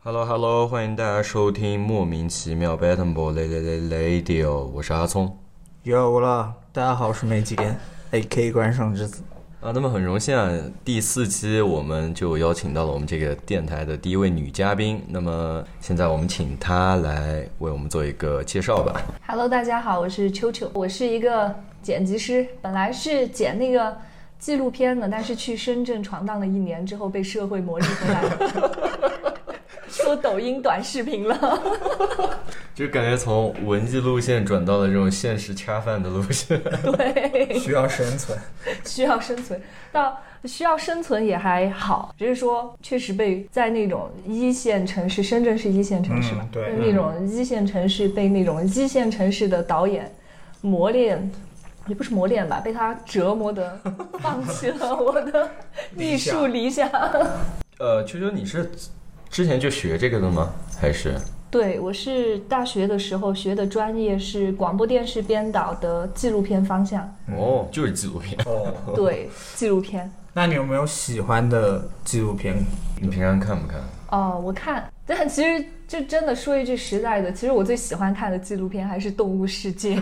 Hello，欢迎大家收听莫名其妙 b a t t l e b o y Radio，我是阿聪。有了，大家好，我是梅吉根，A.K. 关圣之子。啊，那么很荣幸啊，第四期我们就邀请到了我们这个电台的第一位女嘉宾。那么现在我们请她来为我们做一个介绍吧。 Hello，大家好，我是秋秋，我是一个剪辑师，本来是剪那个纪录片的，但是去深圳闯荡了一年之后，被社会磨砺回来，做抖音短视频了。就感觉从文艺路线转到了这种现实恰饭的路线，对，需要生 存，需要生存，到需要生存也还好，只是说确实被在那种一线城市，深圳是一线城市嘛，嗯对那种一线城市被那种一线城市的导演磨练。也不是磨练吧，被他折磨的，放弃了我的艺术理想。 呃，秋秋，你是之前就学这个的吗？还是对，我是大学的时候学的专业是广播电视编导的纪录片方向，哦，就是纪录片？哦，对，纪录片。那你有没有喜欢的纪录片？你平常看不看？哦，我看，但其实就真的说一句实在的，其实我最喜欢看的纪录片还是《动物世界》，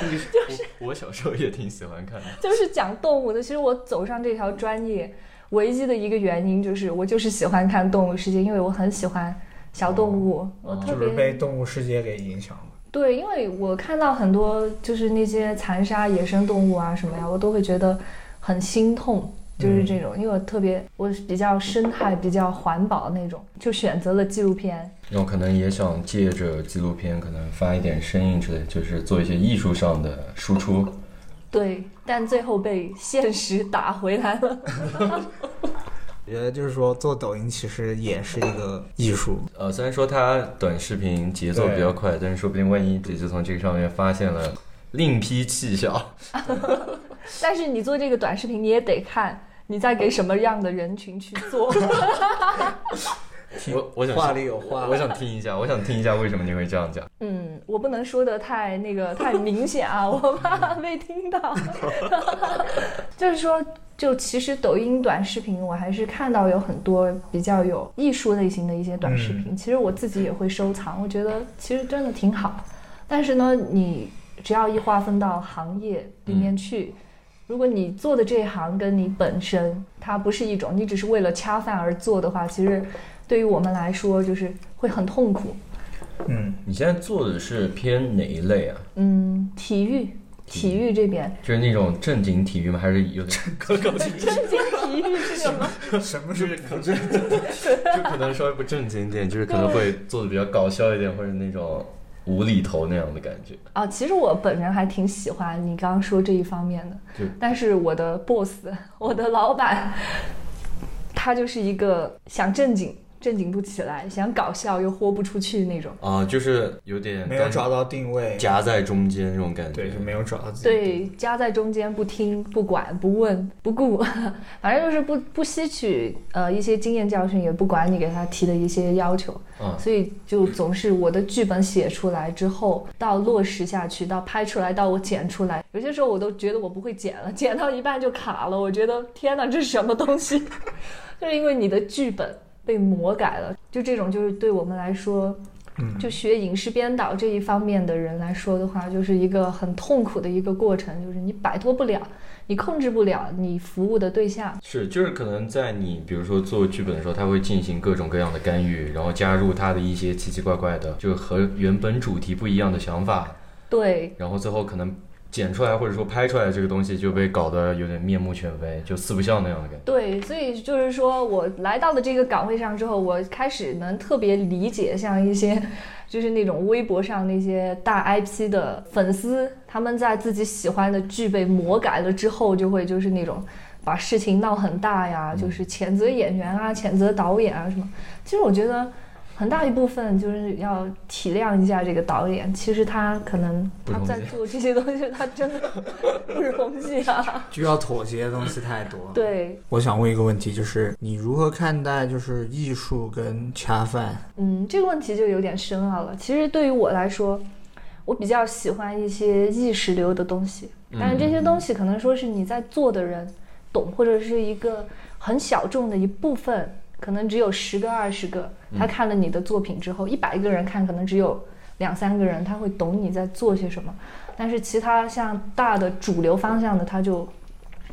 就是我 小时候也挺喜欢看的。 就是讲动物的。其实我走上这条专业，唯一的一个原因就是我就是喜欢看《动物世界》，因为我很喜欢小动物，我哦特就是别、被《动物世界》给影响了。对，因为我看到很多就是那些残杀野生动物啊什么呀，我都会觉得很心痛，就是嗯这种，因为我特别我比较生态、比较环保那种，就选择了纪录片。那我可能也想借着纪录片，可能发一点声音之类，就是做一些艺术上的输出。对，但最后被现实打回来了。 我觉得就是说，做抖音其实也是一个艺术。呃，虽然说它短视频节奏比较快，但是说不定万一也就从这个上面发现了另一批气象。但是你做这个短视频，你也得看你在给什么样的人群去做。我我想话里有话我想听一下，我想听一下为什么你会这样讲。嗯，我不能说的太那个太明显啊，我怕被听到。 就是说，就其实抖音短视频，我还是看到有很多比较有艺术类型的一些短视频，其实我自己也会收藏，我觉得其实真的挺好。但是呢，你只要一划分到行业里面去。如果你做的这一行跟你本身它不是一种，你只是为了恰饭而做的话，其实对于我们来说就是会很痛苦。 嗯，你现在做的是偏哪一类啊？嗯，体育，体育这 边就是那种正经体育吗？还是有点搞搞 清正经体育是什 么？什么就是可能就可能稍微不正经一点，就是可能会做的比较搞笑一点，或者那种无厘头那样的感觉。啊，其实我本人还挺喜欢你刚刚说这一方面的对，但是我的 boss，我的老板，他就是一个想正经正经不起来，想搞笑又豁不出去那种。啊，就是有点没有干找到定位？夹在中间那种感觉。对，就没有找到自己。，对，夹在中间不听不管不问不顾，反正就是不不吸取呃一些经验教训，也不管你给他提的一些要求，嗯所以就总是我的剧本写出来之后，到落实下去，到拍出来，到我剪出来，有些时候我都觉得我不会剪了，剪到一半就卡了，我觉得天哪，这是什么东西？ 就是因为你的剧本被魔改了，就这种就是对我们来说嗯，就学影视编导这一方面的人来说的话，就是一个很痛苦的一个过程，就是你摆脱不了，你控制不了你服务的对象。是，就是可能在你比如说做剧本的时候，他会进行各种各样的干预，然后加入他的一些奇奇怪怪的，就和原本主题不一样的想法，对，然后最后可能剪出来或者说拍出来的这个东西就被搞得有点面目全非，就四不像那样的感觉。对，所以就是说我来到了这个岗位上之后，我开始能特别理解像一些，就是那种微博上那些大 IP 的粉丝，他们在自己喜欢的剧被魔改了之后，就会就是那种把事情闹很大呀，嗯就是谴责演员啊、谴责导演啊什么。其实我觉得。很大一部分就是要体谅一下这个导演，其实他可能不他容易在做这些东西，他真的 不容易 啊。就要妥协的东西太多了。，对，我想问一个问题，就是你如何看待就是艺术跟恰饭？嗯，这个问题就有点深奥了。其实对于我来说，我比较喜欢一些意识流的东西，但是这些东西可能说是你在做的人懂，或者是一个很小众的一部分可能只有十个、二十个，他看了你的作品之后，一百个人看，可能只有两三个人他会懂你在做些什么。但是其他像大的主流方向的，他就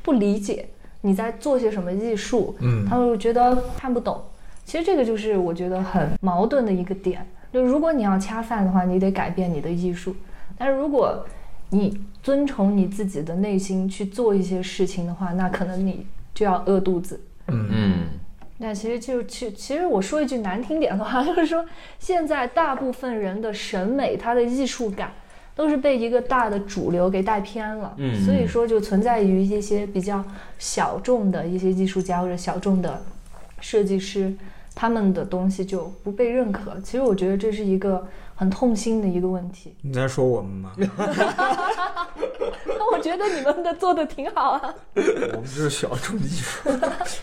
不理解你在做些什么艺术，嗯他会觉得看不懂。其实这个就是我觉得很矛盾的一个点，就如果你要恰饭的话，你得改变你的艺术；但是如果你遵从你自己的内心去做一些事情的话，那可能你就要饿肚子。嗯嗯那其实就其其实我说一句难听点的话， 就是说现在大部分人的审美，他的艺术感都是被一个大的主流给带偏了，嗯所以说就存在于一些比较小众的一些艺术家或者小众的设计师，他们的东西就不被认可。其实我觉得这是一个很痛心的一个问题。 你在说我们 吗？那我觉得你们的做的挺好啊，我们就是小众艺术，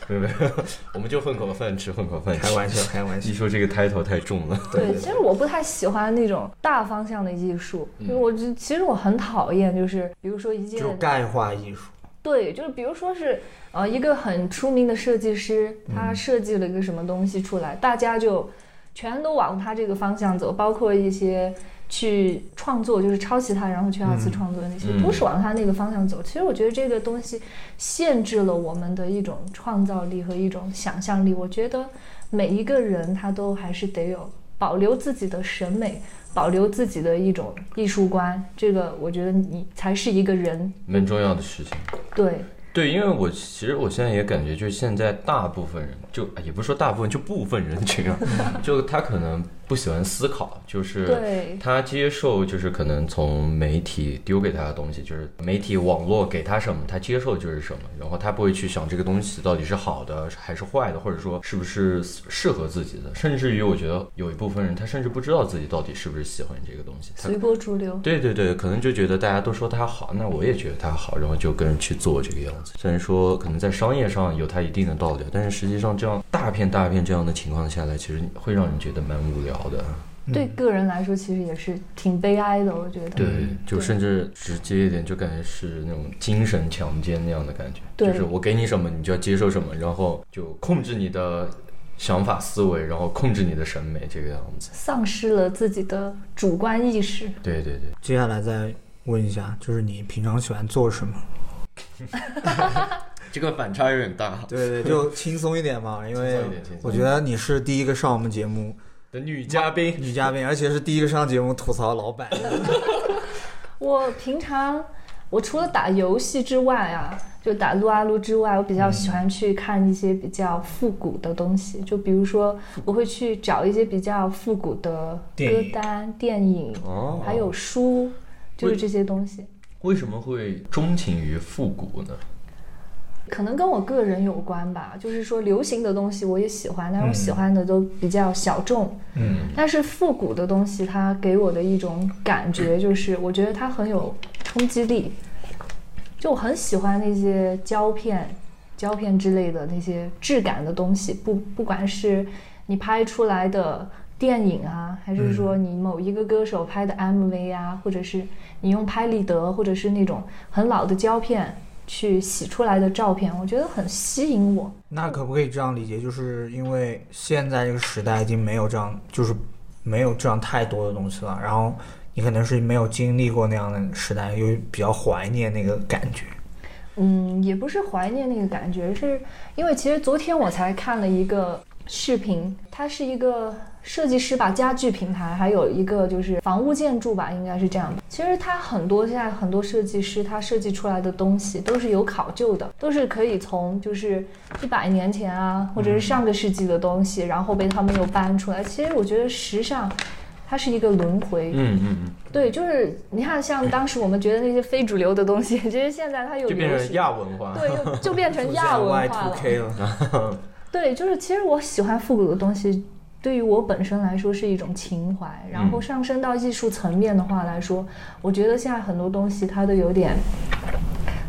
没有没有， 我们就混口饭吃，混口饭吃开。玩 笑，开玩笑艺。术这个 title 太重了，对对其实我不太喜欢那种大方向的艺术，因为我就其实我很讨厌，就是比如说一这件种概化艺术，对，就是比如说是呃一个很出名的设计师，嗯他设计了一个什么东西出来，大家就全都往他这个方向走，包括一些去创作，就是抄袭他，然后去二次嗯创作的那些，嗯都是往他那个方向走。其实我觉得这个东西限制了我们的一种创造力和一种想象力。我觉得每一个人他都还是得有保留自己的审美。保留自己的一种艺术观，这个我觉得你才是一个人。 蛮重要的事情。对，对，因为我其实我现在也感觉，就是现在大部分人，就哎也不是说大部分，就部分人群啊，就他可能不喜欢思考，就是对，他接受就是可能从媒体丢给他的东西，就是媒体网络给他什么，他接受就是什么，然后他不会去想这个东西到底是好的还是坏的，或者说是不是适合自己的，甚至于我觉得有一部分人他甚至不知道自己到底是不是喜欢这个东西，他随波逐流。对对对，可能就觉得大家都说它好，那我也觉得它好，然后就跟人去做这个样子。虽然说可能在商业上有它一定的道理，啊但是实际上这样大片大片这样的情况下来，其实会让人觉得蛮无聊的。对嗯个人来说，其实也是挺悲哀的，我觉得。嗯对，就甚至直接一点，就感觉是那种精神强奸那样的感觉，对就是我给你什么，你就要接受什么，然后就控制你的想法思维，然后控制你的审美这个样子。丧失了自己的主观意识。对对对，接下来再问一下，就是你平常喜欢做什么？这个反差有点大。对对，就轻松一点嘛，因轻为松一点轻松一点我觉得你是第一个上我们节目的女嘉宾，女嘉宾，而且是第一个上节目吐槽老 板。我平常我除了打游戏之外啊，就打撸啊撸之外，我比嗯较喜欢去看一些比较复古的东西，就比如说我会去找一些比较复古的电歌影单、电影，哦还有书，就是这些东西。为什么会钟情于复古呢？可能跟我个人有关吧，就是说流行的东西我也喜欢，但是我喜欢的都比较小众。嗯，但是复古的东西，它给我的一种感觉就是，我觉得它很有冲击力。就我很喜欢那些胶片、胶片之类的那些质感的东西，不不管是你拍出来的电影啊，还是说你某一个歌手拍的 MV 啊，或者是你用拍立得或者是那种很老的胶片去洗出来的照片，我觉得很吸引我。那可不可以这样理解，就是因为现在这个时代已经没有这样，就是没有这样太多的东西了，然后你可能是没有经历过那样的时代，又比较怀念那个感觉。嗯，也不是怀念那个感觉，是因为其实昨天我才看了一个视频，它是一个设计师吧，家具品牌，还有一个就是房屋建筑吧，应该是这样的。其实它很多现在很多设计师他设计出来的东西都是有考究的，都是可以从就是一百年前啊，或者是上个世纪的东西，然后被他们又搬出来。其实我觉得时尚。它是一个轮回，嗯嗯对，就是你看，像当时我们觉得那些非主流的东西，其 实现在它有嗯，就流变成行亚文化。对， 就就变成出现亚文化 Y2K 了，对，就是其实我喜欢复古的东西，对于我本身来说是一种情怀，然嗯后上升到艺术层面的话来说，我觉得现在很多东西它都有点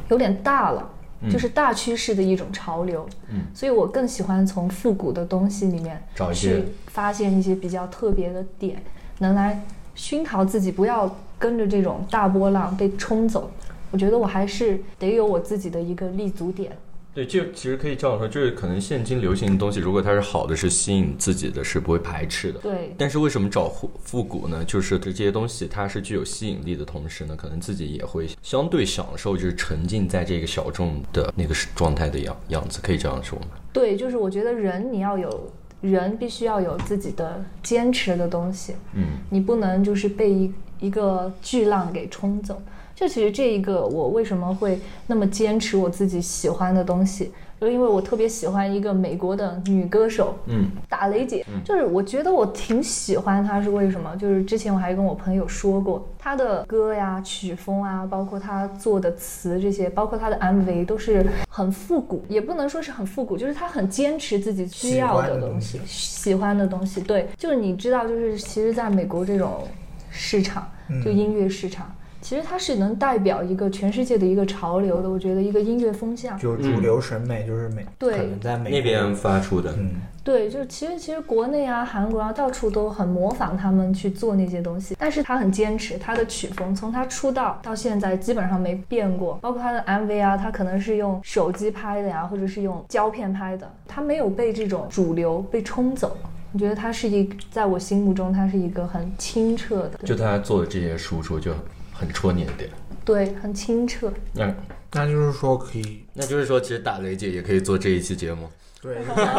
有点大了。就是大趋势的一种潮流，嗯所以我更喜欢从复古的东西里面找一些去发现一些比较特别的点，能来熏陶自己，不要跟着这种大波浪被冲走。我觉得我还是得有我自己的一个立足点。对，就其实可以这样说，就是可能现今流行的东西，如果它是好的，是吸引自己的，是不会排斥的。对，但是为什么找复复古呢？就是这些东西它是具有吸引力的同时呢，可能自己也会相对享受，就是沉浸在这个小众的那个状态的样样子，可以这样说吗？对，就是我觉得人你要有人必须要有自己的坚持的东西，嗯，你不能就是被一一个巨浪给冲走。这其实这一个我为什么会那么坚持我自己喜欢的东西，就因为我特别喜欢一个美国的女歌手，嗯，打雷姐，就是我觉得我挺喜欢她是为什么？就是之前我还跟我朋友说过，她的歌呀、曲风啊，包括她做的词这些，包括她的 MV 都是很复古，也不能说是很复古，就是她很坚持自己需要的东西喜欢的东西，喜欢的东西。对，就是你知道，就是其实在美国这种市场，嗯就音乐市场。其实它是能代表一个全世界的一个潮流的，我觉得一个音乐风向。就是主流审美，就是美，对可能在美国那边发出的，嗯，对，就是其实其实国内啊、韩国啊，到处都很模仿他们去做那些东西，但是他很坚持他的曲风，从他出道到现在基本上没变过，包括他的 MV 啊，他可能是用手机拍的呀、或者是用胶片拍的，他没有被这种主流被冲走。我觉得他是一，在我心目中他是一个很清澈的，就他做的这些输出就很戳你的点。对，很清澈。那、那就是说可以，那就是说，其实打雷姐也可以做这一期节目。对，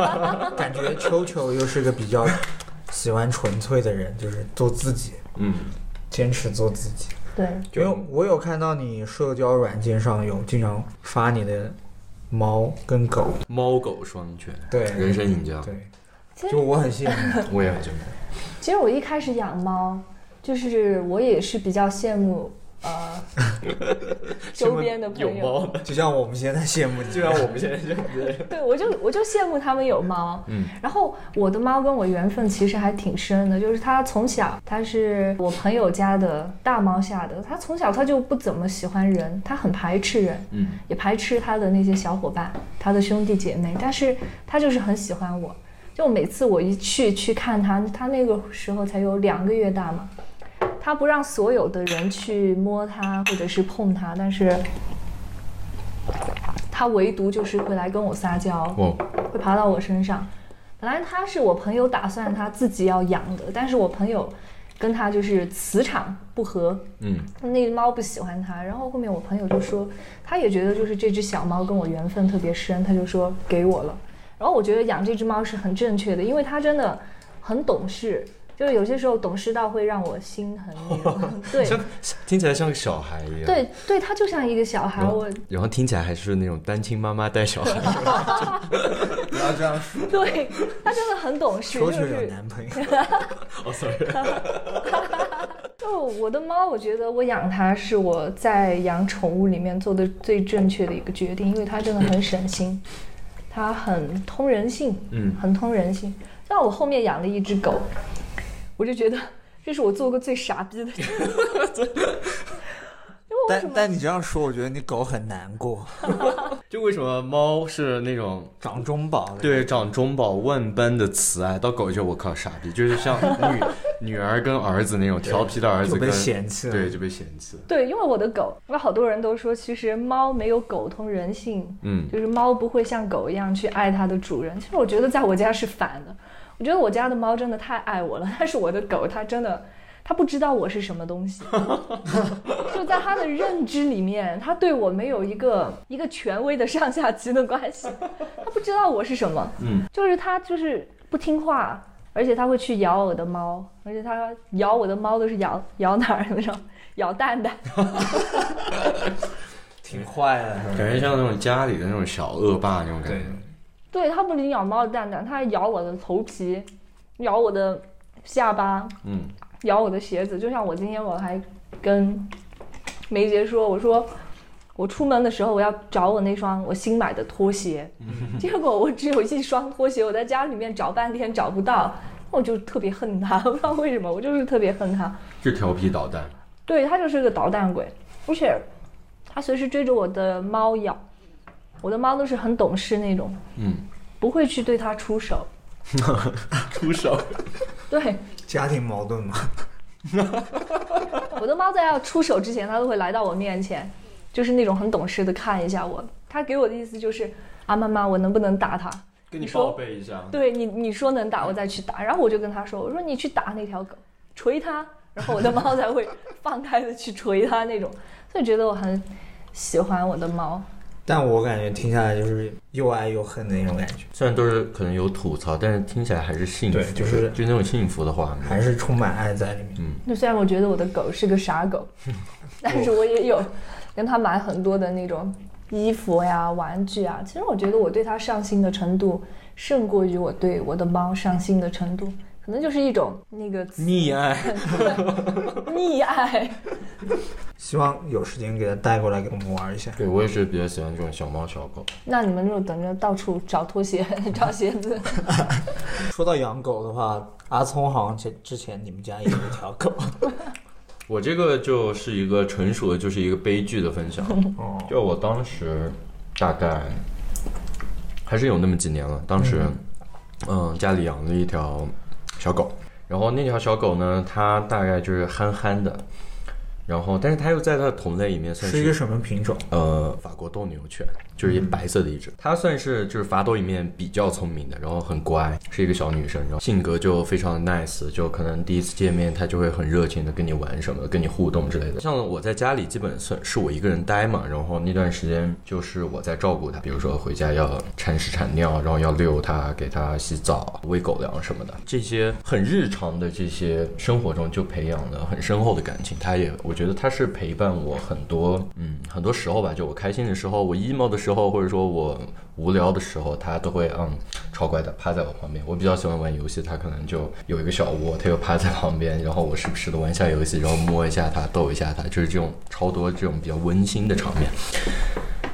感觉秋秋又是个比较喜欢纯粹的人，就是做自己，嗯，坚持做自己。对，就因为我有看到你社交软件上有经常发你的猫跟狗，猫狗双全，对人生赢家。对，其实就我很羡慕。我也很羡慕。其实我一开始养猫，就是我也是比较羡慕呃周边的朋友。的，就像我们现在羡慕你，就像啊我们现在这样子。对，我就我就羡慕他们有猫。嗯，然后我的猫跟我缘分其实还挺深的，就是它从小它是我朋友家的大猫下的，它从小它就不怎么喜欢人，它很排斥人， 嗯，也排斥它的那些小伙伴，它的兄弟姐妹，但是它就是很喜欢我。就每次我一去去看它，它那个时候才有两个月大嘛，它不让所有的人去摸它或者是碰它，但是。它唯独就是会来跟我撒娇，哇，会爬到我身上。本来它是我朋友打算他自己要养的，但是我朋友跟他就是磁场不合，嗯，那猫不喜欢它。然后后面我朋友就说，他也觉得就是这只小猫跟我缘分特别深，他就说给我了。然后我觉得养这只猫是很正确的，因为它真的很懂事，就是有些时候懂事到会让我心疼那种。对像听起来像个小孩一样。对对，它就像一个小孩，然后我然后听起来还是那种单亲妈妈带小孩。不要这样说，对它真的很懂事，就秋秋有是 男朋友，哦，sorry。就我的猫，我觉得我养它是我在养宠物里面做的最正确的一个决定，因为它真的很省心，它很通人性，嗯很通人性。像我后面养了一只狗，我就觉得这是我做过最傻逼的 事。因为为什但么？但你这样说，我觉得你狗很难过，就为什么猫是那种长中宝了，对长中宝万般的慈爱，到狗就我靠傻逼，就是像女女儿跟儿子那种调皮的儿子就被跟嫌弃了对就被嫌弃。对，因为我的狗，因为好多人都说，其实猫没有狗通人性，嗯，就是猫不会像狗一样去爱它的主人。其实我觉得在我家是反的，我觉得我家的猫真的太爱我了， 但是我的狗它真的。它不知道我是什么东西， 就在它的认知里面，它对我没有一个一个权威的上下级的关系，它不知道我是什么，嗯， 就是它就是不听话，而且它会去咬我的猫，而且它咬我的猫都是咬咬哪儿那种， 咬蛋蛋，挺坏的，是吧感觉像那种家里的那种小恶霸那种感觉。对，它不仅咬猫的蛋蛋，它还咬我的头皮，咬我的下巴，嗯，咬我的鞋子。就像我今天我还跟梅姐说，我说我出门的时候我要找我那双我新买的拖鞋，结果我只有一双拖鞋，我在家里面找半天找不到，我就特别恨它， 我不知道为什么，我就是特别恨它。就调皮捣蛋。对，它就是个捣蛋鬼，而且它随时追着我的猫咬，我的猫都是很懂事那种，嗯，不会去对它出手。出手。 对，家庭矛盾嘛，我的猫在要出手之前，它都会来到我面前，就是那种很懂事的看一下我。它给我的意思就是，啊妈妈，我能不能打他？跟你报备一下，对你你说能打，我再去打。然后我就跟他说，我说你去打那条狗，捶它，然后我的猫才会 放开的去捶它那种。所以觉得我很喜欢我的猫。但我感觉听下来就是又爱又恨的那种感觉，虽然都是可能有吐槽，但是听起来还是幸福，对就是就那种幸福的画面。还是充满爱在里面。那虽然我觉得我的狗是个傻 狗，但是我也有跟它买很多的那种衣服呀、玩具啊。其实我觉得我对它上心的程度胜过于我对我的猫上心的程度，可能就是一种那个溺爱，溺爱。 希望有时间给它带过来给我们玩一下。对我也是比较喜欢这种小猫小狗。那你们就等着到处找拖鞋、找鞋 子。说到养狗的话，阿聪好像前之前你们家也有一条狗，我这个就是一个纯属的，就是一个悲剧的分 享。 哦，就我当时大概还是有那么几年了，当时嗯、家里养了一条小狗，然后那条小狗呢，它大概就是憨憨的，然后但是它又在它的同类里面算是一个什么品种？呃，法国斗牛犬，就是一白色的一只，它算是就是法斗里面比较聪明的，然后很乖，是一个小女生，然后性格就非常的 nice，就可能第一次见面她就会很热情的跟你玩什么，跟你互动之类的。像我在家里基本算是我一个人待嘛，然后那段时间就是我在照顾她，比如说回家要铲屎铲尿，然后要遛它，给它洗澡、喂狗粮什么的，这些很日常的这些生活中就培养了很深厚的感情。它也，我觉得它是陪伴我很多，嗯，很多时候吧，就我开心的时候，我 emo 的时候，或者说我无聊的时候，它都会嗯超乖的趴在我旁边。我比较喜欢玩游戏，它可能就有一个小窝，它就趴在旁边，然后我时不时的玩一下游戏，然后摸一下它，逗一下它，就是这种超多这种比较温馨的场面。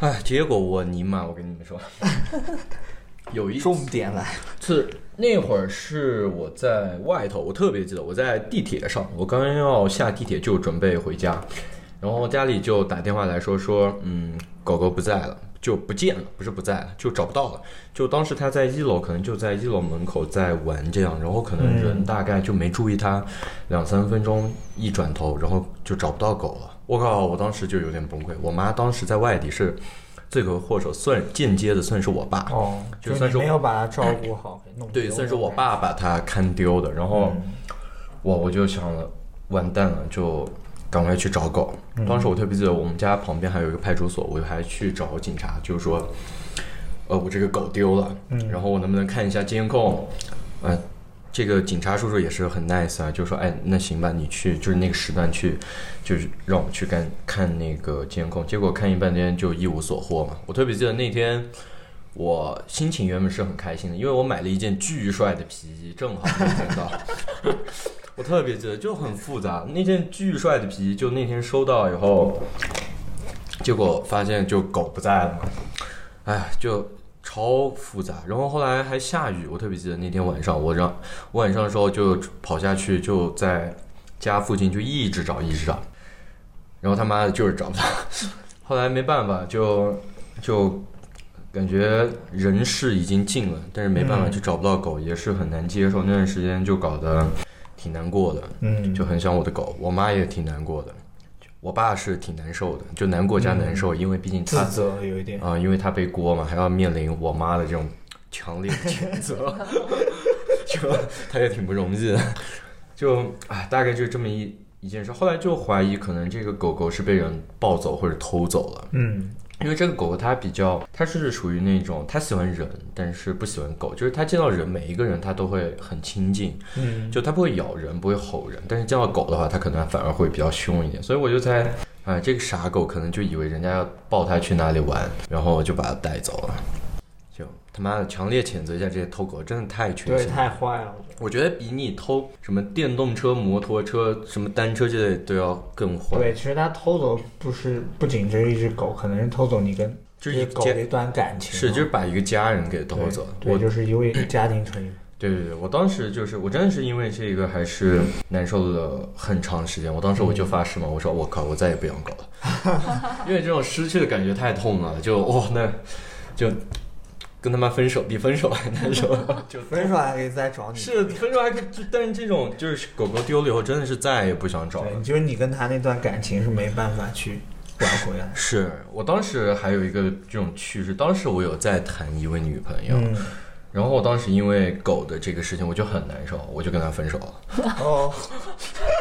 哎，结果我尼玛，我跟你们说， 有一重点来，是那会儿是我在外头，我特别记得我在地铁上，我刚要下地铁就准备回家，然后家里就打电话来说说，嗯，狗狗不在了，就不见了，不是不在了，就找不到了。就当时它在一楼，可能就在一楼门口在玩这样，然后可能人大概就没注意它，两三分钟一转头，然后就找不到狗了。我靠！我当时就有点崩溃。我妈当时在外地是罪魁祸首，算间接的算是我爸。哦，就你算是我没有把它照顾好，给弄丢对，了嗯算是我。爸把它看丢的。然后我我就想了，完蛋了，就赶快去找狗。嗯当时我特别记得，我们家旁边还有一个派出所，我还去找警察，就是说，呃，我这个狗丢了，嗯然后我能不能看一下监控？呃，这个警察叔叔也是很 nice 啊，就说，哎，那行吧，你去，就是那个时段去，就是让我去看看那个监控。结果看一半天就一无所获嘛。我特别记得那天。我心情原本是很开心的，因为我买了一件巨帅的皮衣，正好没见到。我特别记得，就很复杂。那件巨帅的皮衣，就那天收到以后，结果发现就狗不在了嘛，哎，就超复杂。然后后来还下雨，我特别记得那天晚上，我让我晚上的时候就跑下去，就在家附近就一直找，一直找，然后他妈的就是找不到。 后来没办法，就就感觉人事已经尽了，但是没办法，嗯就找不到狗，也是很难接受。那段时间就搞得挺难过的，嗯，就很想我的狗。我妈也挺难过的，我爸是挺难受的，就难过加难受，因为毕竟他自责有一点。啊、因为他背锅嘛，还要面临我妈的这种强烈的谴责，就他也挺不容易的。就哎，大概就这么一一件事。后来就怀疑，可能这个狗狗是被人抱走或者偷走了。嗯，因为这个狗狗它比较，它是属于那种它喜欢人，但是不喜欢狗，就是它见到人每一个人它都会很亲近，嗯，就它不会咬人，不会吼人，但是见到狗的话，它可能反而会比较凶一点，所以我就猜，啊、这个傻狗可能就以为人家要抱它去哪里玩，然后就把它带走了，就他妈的强烈谴责一下这些偷狗，真的太缺对，心了。太坏了。我觉得比你偷什么电动车、摩托车、什么单车之类都要更坏。对，其实他偷走不是不仅只是一只狗，可能是偷走你跟就这是一只个狗家的一段感情嘛。是，就是把一个家人给偷对走了。我对，就是因为家庭成 员。对对对，我当时就是，我真的是因为这个还是难受了很长时间。我当时我就发誓嘛，我说我靠，我再也不养狗了， 因为这种失去的感觉太痛了，就哇、那就跟他妈分手比分手还难受， 就分手还可以再找你。是分手还可以，就但是这种就是狗狗丢了以后，真的是再也不想找了对，。就是你跟他那段感情是没办法去不要回来。是我当时还有一个这种趣事，当时我有在谈一位女朋友，嗯，然后我当时因为狗的这个事情，我就很难受，我就跟她分手了。 哦，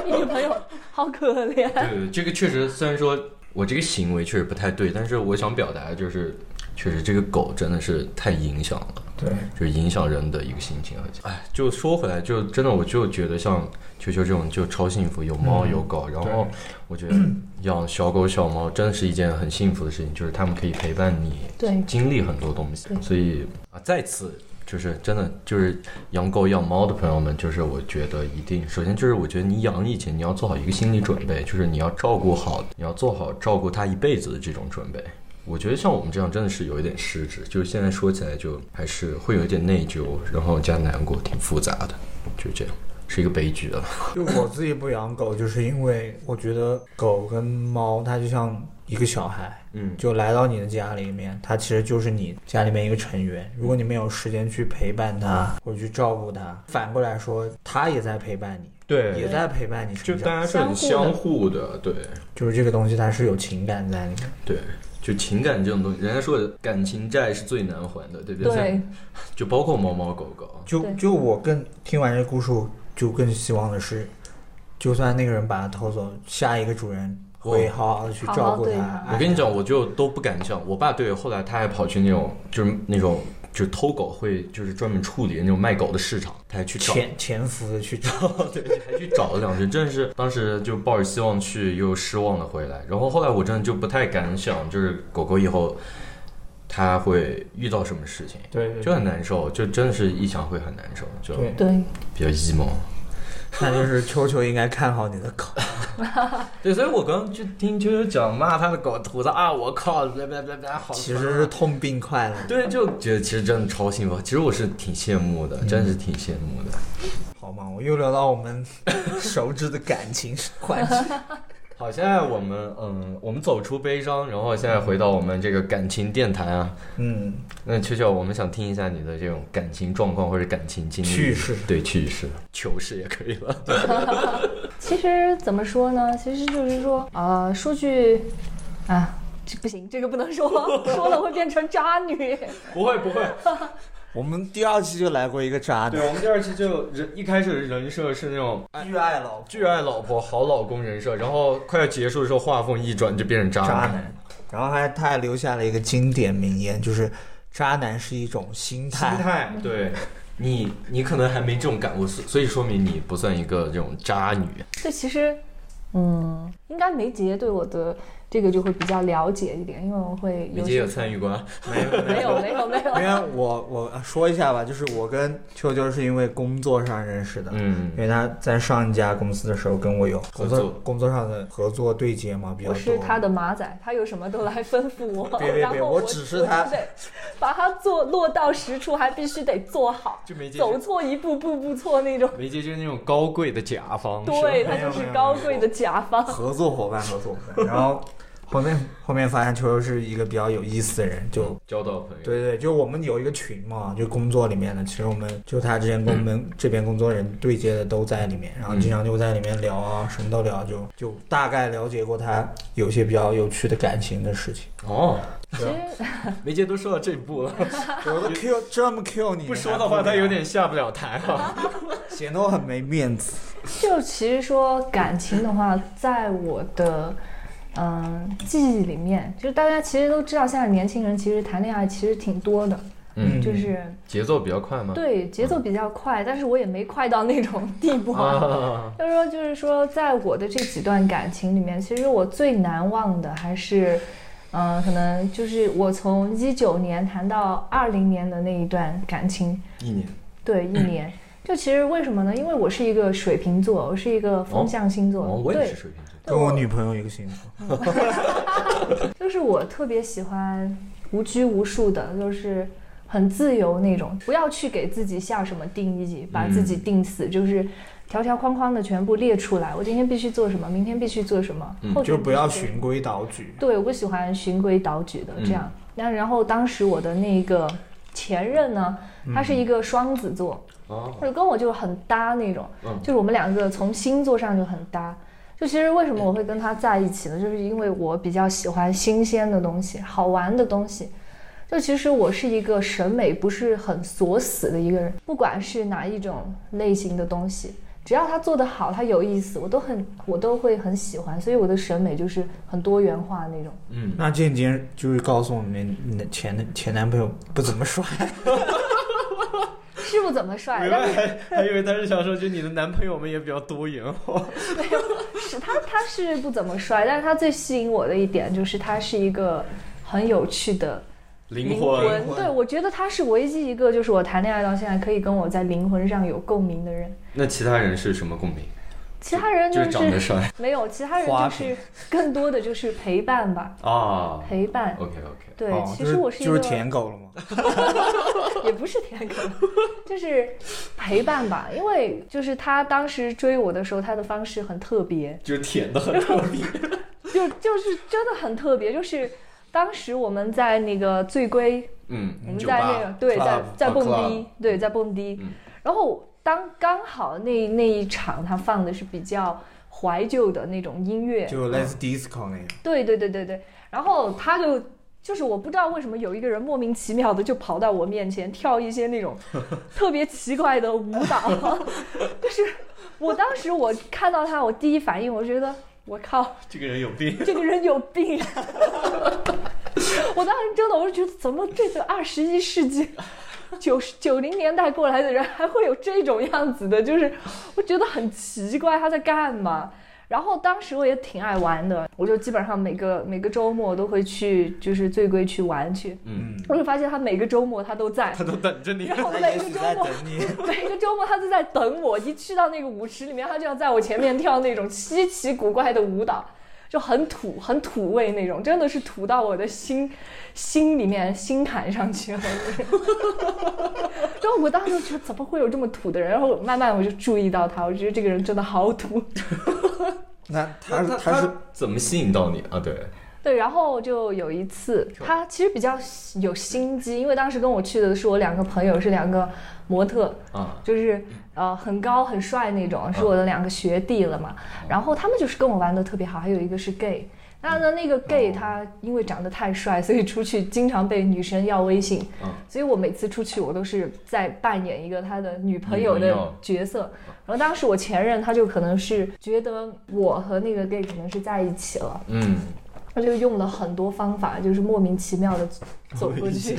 你女朋友好可 怜。对对，这个确实，虽然说我这个行为确实不太对，但是我想表达的就是，确实这个狗真的是太影响了。对，就是影响人的一个心情和情。哎，就说回来，就真的我就觉得像球球这种就超幸福，有猫有狗，然后我觉得养小狗小猫真的是一件很幸福的事情，就是它们可以陪伴你对经历很多东西。所以啊，再次。就是真的，就是养狗养猫的朋友们，就是我觉得一定，首先就是我觉得你养以前你要做好一个心理准备，就是你要照顾好，你要做好照顾它一辈子的这种准备。我觉得像我们这样真的是有一点失职，就是现在说起来就还是会有一点内疚，然后加难过，挺复杂的，就这样，是一个悲剧了。就我自己不养狗，就是因为我觉得狗跟猫它就像一个小孩，嗯，就来到你的家里面，它其实就是你家里面一个成员。如果你没有时间去陪伴它，或者去照顾它，反过来说，它也在陪伴你，也对，在陪伴你就成大长。家是很相相互的，对就是这个东西，它是有情感在里面。对。就情感这种东西，人家说的感情债是最难还的，对不对，就包括猫猫狗狗，就对就我更听完这故事，我就更希望的是，就算那个人把它偷走，下一个主人会我好好的去好照好顾哎对它它。我跟你讲，我就都不敢想。我爸对，后来他还跑去那种，就是那种，就是偷狗会，就是专门处理那种卖狗的市场，他还去找，潜潜伏的去照顾。对，还去找了两只，真的是当时就抱着希望去，又失望的回来。然后后来我真的就不太敢想，就是狗狗以后它会遇到什么事情，对对就很难受，就真的是一想会很难受，就对对，比较 emo。那就是秋秋应该看好你的狗。对，所以我刚刚就听秋秋讲骂他的狗，吐槽啊，我靠，拜拜拜拜，好啊其实是痛并快乐。对，就嗯觉得其实真的超幸福。其实我是挺羡慕的，真是挺羡慕的。 好嘛，我又聊到我 们熟知的感情环 节。好，现在我们嗯，我们走出悲伤，然后现在回到我们这个感情电台啊。嗯，那秋秋，我们想听一下你的这种感情状况或者感情经历趣事，对趣事、糗事也可以了。其实怎么说呢？其实就是说，呃，数据啊，这不行，这个不能 说，说了会变成渣女。 不会不会，我们第二期就来过一个渣男，我们第二期就人一开始人设是那种巨爱老巨爱老婆、好老公人设，然后快要结束的时候话锋一转就变成渣渣男，然后还他还留下了一个经典名言，就是渣男是一种心心态。态，对。 你你可能还没这种感悟，所所以说明你不算一个这种渣女。这其实，嗯，应该梅姐对我的这个就会比较了解一点，因为我会梅有姐有参与过，啊 没有没有没有因为我我说一下吧，就是我跟秋秋是因为工作上认识的，嗯因，为他在上一家公司的时候跟我有合工作作工作上的合作对接嘛，比较我多。是他的马仔，他有什么都来吩咐我，别别 然别后我我只是他我就得把他做落到实处，还必须得做好，就梅姐走错一步步步错那种。梅姐就是那种高贵的甲方，对是吧他有就没是有高没有贵的甲方，合作伙伴，合作伙伴。然后后面后面发现球球是一个比较有意思的人，就交到朋友，对对，就我们有一个群嘛，就工作里面的，其实我们就他之前跟我们这边工作人对接的都在里面，然后嗯经常就在里面聊啊，什么都聊，就就大概了解过他有一些比较有趣的感情的事情。哦，其实梅姐都说到这一步 了，我都 Q 这么 Q 你，不说的话她有点下不了台啊。显得我很没面子。就其实说感情的话，在我的嗯、记忆里面，就是大家其实都知道，现在年轻人其实谈恋爱其实挺多的，嗯就是节奏比较快吗？对节奏比较快，但是我也没快到那种地步啊。啊，就是说，就是说，在我的这几段感情里面，其实我最难忘的还是，嗯、可能就是我从一九年谈到二零年的那一段感情，一年，对，一嗯年。就其实为什么呢？因为我是一个水瓶座，我是一个风象星座，哦，我也对是，水瓶座，对跟我女朋友一个星座，就是我特别喜欢无拘无束的，就是很自由那种，不要去给自己下什么定义，把自嗯己定死，就是条条框框的全部列出来。我今天必须做什么，明天必须做什么，后嗯就天不要必须做什么循规蹈矩。对，我不喜欢循规蹈矩的这嗯样。那然后当时我的那个前任呢，他嗯是一个双子座，哦，就跟我就很搭那种，嗯就是我们两个从星座上就很搭。就其实为什么我会跟他在一起呢？就是因为我比较喜欢新鲜的东西，好玩的东西。就其实我是一个审美不是很锁死的一个人，不管是哪一种类型的东西，只要他做得好，他有意思，我都很我都会很喜欢。所以我的审美就是很多元化那种。嗯，那间接就是告诉我们，你的前前男朋友不怎么帅，是不怎么帅，原但来是还还以为他是想说，就你的男朋友们也比较多元化。哦是他他是不怎么帅，但是他最吸引我的一点就是他是一个很有趣的灵魂。魂，对，我觉得他是唯一一个就是我谈恋爱到现在可以跟我在灵魂上有共鸣的人。那其他人是什么共鸣？其他人就就是长得帅没有，其他人花就是更多的就是陪伴吧，啊。陪伴。 OK OK，对，哦其实我就是一就个、是舔狗了嘛。 也不是舔狗，就是陪伴吧。因为就是他当时追我的时候，他的方式很特别，就是舔的很特别。就就是真的很特别，就是当时我们在那个醉龟，嗯，我们酒在那个吧对在 club 在啊蹦 club 迪，对在蹦迪嗯，然后当刚好那那一场他放的是比较怀旧的那种音乐，就类似 disco 那样，对对对对对，然后他就就是我不知道为什么有一个人莫名其妙的就跑到我面前跳一些 那种特别奇怪的舞蹈， 就是我当时我看到他，我第一反应我觉得我靠。 这个人有病。这个人有 病。啊我当时真的，我就觉得怎么这个二十一世纪九十九零年代过来的人还会有这种样子的，就是我觉得很奇怪，他在干嘛？然后当时我也挺爱玩的，我就基本上每个每个周末都会去，就是醉归去玩去。嗯，我就发现他每个周末他都在，他都等着你，然后他每也个许周在末等你。 每个周末他都在等我，一去到那个舞池里面，他就要在我前面跳那种稀奇古怪的舞蹈，就很土很土味那种，真的是土到我的心心里面心坎上去了。 然后我当时就觉得怎么会有这么土的人，然后我慢慢我就注意到他，我觉得这个人真的好土。那他那他是怎么吸引到你啊？对，对，然后就有一次，他其实比较有心机，因为当时跟我去的是我两个朋友，是两个模特，啊，就是呃很高很帅那种，是我嗯的两个学弟了嘛。然后他们就是跟我玩的特别好，还有一个是 gay。那呢，那个嗯 gay 他因为长得太帅，所以出去经常被女生要微信嗯。所以我每次出去，我都是在扮演一个他的女朋友女的朋友角色。然后当时我前任他就可能是觉得我和那个 gay 可能是在一起了，嗯，他就用了很多方法，就是莫名 其妙的走过去。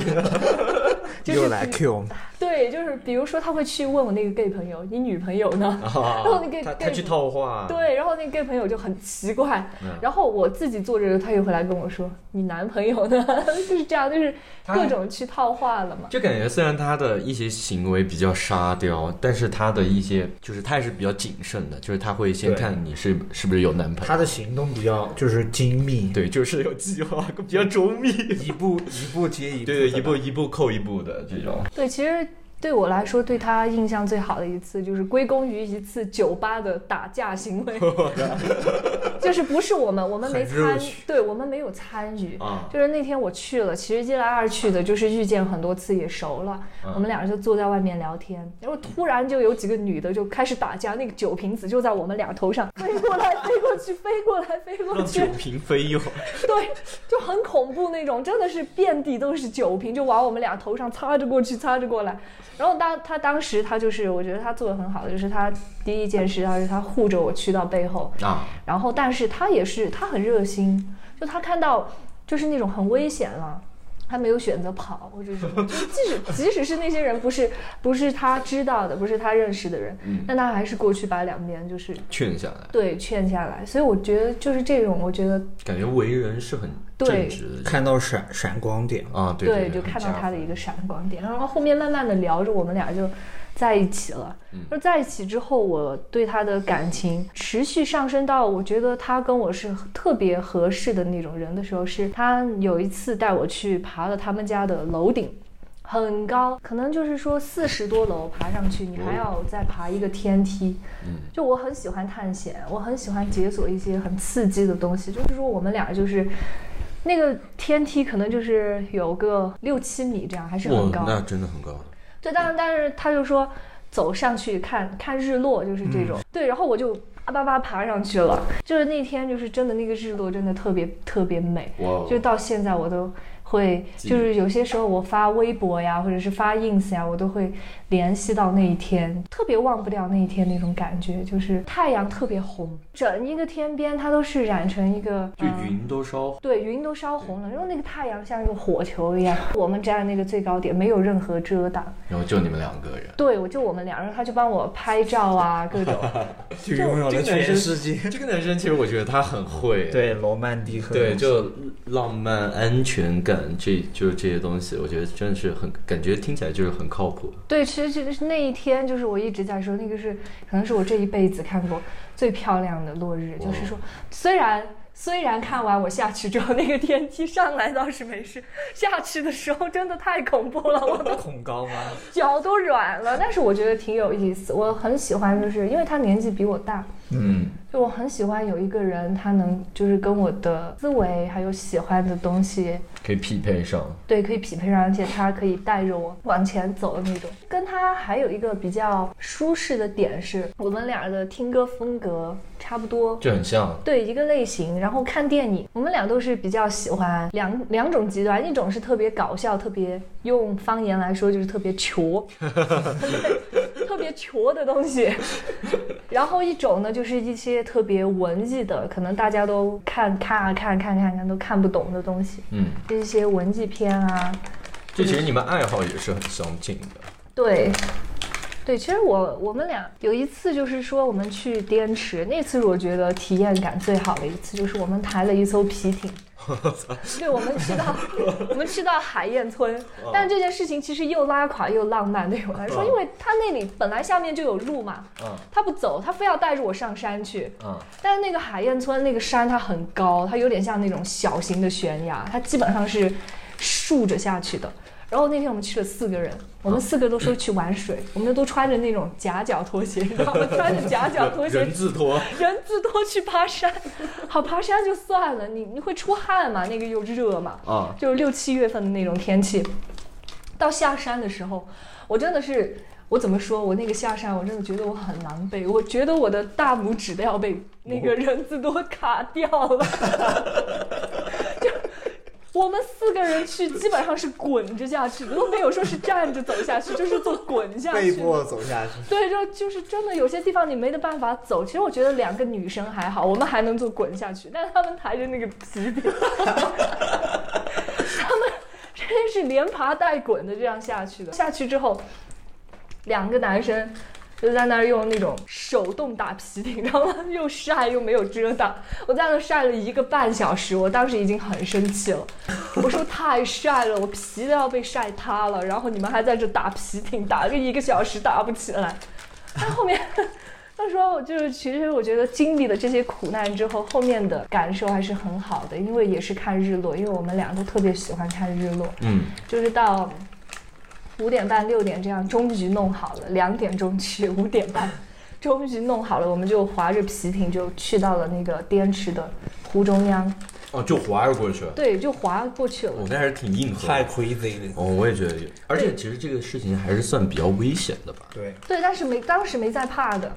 就是又来 Q 我们， 对，就是比如说他会去问我那个 gay 朋友，你女朋友呢？然后那个 gay 啊他他去套话，，对，然后那个 gay 朋友就很奇怪嗯，然后我自己坐着，他又回来跟我说你男朋友呢？ 就是这样，就是他各种去套话了嘛。就感觉虽然他的一些行为比较沙雕，但是他的一些就是他也是比较谨慎的，就是他会先对看你是是不是有男朋友，他的行动比较就是精密，对，就是有计划，比较周 密，一步一步接一步，对对，一步。一步扣一步的这种。对，其实对我来说，对他印象最好的一次，就是归功于一次酒吧的打架 行为，就是不是我们，我们没很热参血，对我们没有参与，啊，就是那天我去了，其实一来二去的，就是遇见很多次也熟了，嗯我们俩就坐在外面聊天，然后突然就有几个女的就开始打架，那个酒瓶子就在我们俩头上飞过来飞过去，飞过来飞过让去 酒，嗯瓶飞一会儿。对，就很恐怖那种，真的是遍地都是酒瓶，就往我们俩头上擦着过去，擦着过来。然后当他当时他就是，我觉得他做的很好的，就是他第一件事，他是他护着我去到背后，啊，然后但是他也是他很热心，就他看到就是那种很危险了。他没有选择跑或者什么，就是即使即使是那些人不是不是他知道的，不是他认识的人，嗯但他还是过去把两边就是劝下来，对劝下来。所以我觉得就是这种，我觉得感觉为人是很正对直的人看到闪闪光点，啊，对对，就很看到家他的伙一个闪光点。然后后面慢慢的聊着，我们俩就在一起了。嗯就在一起之后，我对他的感情持续上升到我觉得他跟我是特别合适的那种人的时候，是他有一次带我去爬了他们家的楼顶。很高，可能就是说四十多楼爬上去，你哦还要再爬一个天梯。就我很喜欢探险，我很喜欢解锁一些很刺激的东西。就是说，我们俩就是那个天梯，可能就是有个六七米这样，还是很哇高，。那真的很高，对，但是但是他就说走上去看看日落，就是这种。对，然后我就啪啪啪爬上去了。就是那天，就是真的那个日落真的特别特别美，哇哦就到现在我都会，记忆就是有些时候我发微博呀，或者是发 ins 呀，我都会联系到那一天，特别忘不掉那一天那种感觉，就是太阳特别红，整一个天边它都是染成一个就嗯云都烧对，云都烧红了，然后那个太阳像一个火球一样。我们站那个最高点，没有任何遮挡。然后就你们两个人，对，我就我们俩，然后他就帮我拍照啊，各种。就拥有了这个男全生世界。这个男生但其实我觉得他很会，对，罗曼蒂克。对，就浪漫、安全感，这就是这些东西，我觉得真的是很感觉听起来就是很靠谱。对，其实就是那一天，就是我一直在说，那个是可能是我这一辈子看过最漂亮的落日。就是说，虽然虽然看完我下去之后，那个电梯上来倒是没事，下去的时候真的太恐怖了，我的恐高吗？脚都软了。但是我觉得挺有意思，我很喜欢，就是因为他年纪比我大，嗯，就我很喜欢有一个人，他能就是跟我的思维还有喜欢的东西，可以匹配上，对，可以匹配上，而且他可以带着我往前走的那种。跟他还有一个比较舒适的点是，我们俩的听歌风格差不多。就很像。对一个类型，然后看电影，我们俩都是比较喜欢两两种极端，一种是特别搞笑，特别用方言来说就是特别糗， 特别糗的东西，然后一种呢就是一些特别文艺的，可能大家都看看啊看看看看都看不懂的东西，嗯，一些文艺片啊，这其实你们爱好也是很相近的。对。对，其实我我们俩有一次就是说我们去滇池，那次是我觉得体验感最好的一次，就是我们抬了一艘皮艇，对，我们去到我们去到海燕村，但这件事情其实又拉垮又浪漫对我来说，因为他那里本来下面就有路嘛，嗯他不走，他非要带着我上山去，嗯，但是那个海燕村那个山它很高，它有点像那种小型的悬崖，它基本上是竖着下去的。然后那天我们去了四个人，我们四个都说去玩水，我们都穿着那种夹脚拖鞋，你知道吗？穿着夹脚拖鞋人字拖，人字拖去爬山，好爬山就算了，你你会出汗嘛？那个又热嘛，啊，就是六七月份的那种天气。到下山的时候，我真的是，我怎么说？我那个下山，我真的觉得我很狼狈，我觉得我的大拇指都要被那个人字拖卡掉了。 我们四个人去，基本上是滚着下去的，都没有说是站着走下去，就是做滚下去被的。迫走下去。对，就就是真的有些地方你没得办法走。其实我觉得两个女生还好，我们还能做滚下去，但是她们抬着那个皮艇， 她们真是连爬带滚的这样下去的。下去之后，两个男生。就在那儿用那种手动打皮艇，然后又晒又没有遮挡，我在那儿晒了一个半小时，我当时已经很生气了，我说太晒了，我皮都要被晒塌了，然后你们还在这打皮艇，打个一个小时打不起来， 但后面。他说，就是其实我觉得经历了这些苦难之后，后面的感受还是很好的，因为也是看日落，因为我们俩都特别喜欢看日落，嗯，就是到五点半六点这样，终于弄好了，两点钟去，五点 半终于弄好了，我们就划着皮艇就去到了那个滇池的湖中央，哦，就滑着过去。对，就划过去了我。那还是挺硬核太的。 crazy 了。哦，我也觉得有，而且其实这个事情还是算比较危险的吧。对，对，但是没当时没在怕的，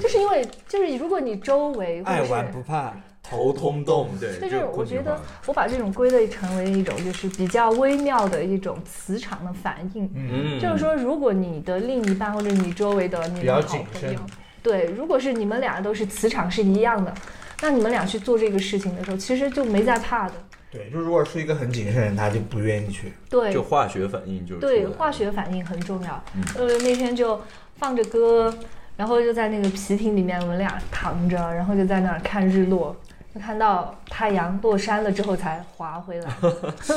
就是因为就是如果你周围嗯或爱者是玩不怕，头通洞，对，就这是个我昆觉曲得化我把这种归类成为一种就是比较微妙的一种磁场的反应，嗯，就是说如果你的另一半或者你周围的你比的较好谨朋慎友，对，如果是你们俩都是磁场是一样的，那你们俩去做这个事情的时候，其实就没在怕的，对，就如果是一个很谨慎的人，他就不愿意 去。对，就化学反应就是哎对，出来化了学反应很重要。嗯呃，那天就放着歌，然后就在那个皮艇里面，我们俩躺着，然后就在那儿看日落，就看到太阳落山了之后才滑回来。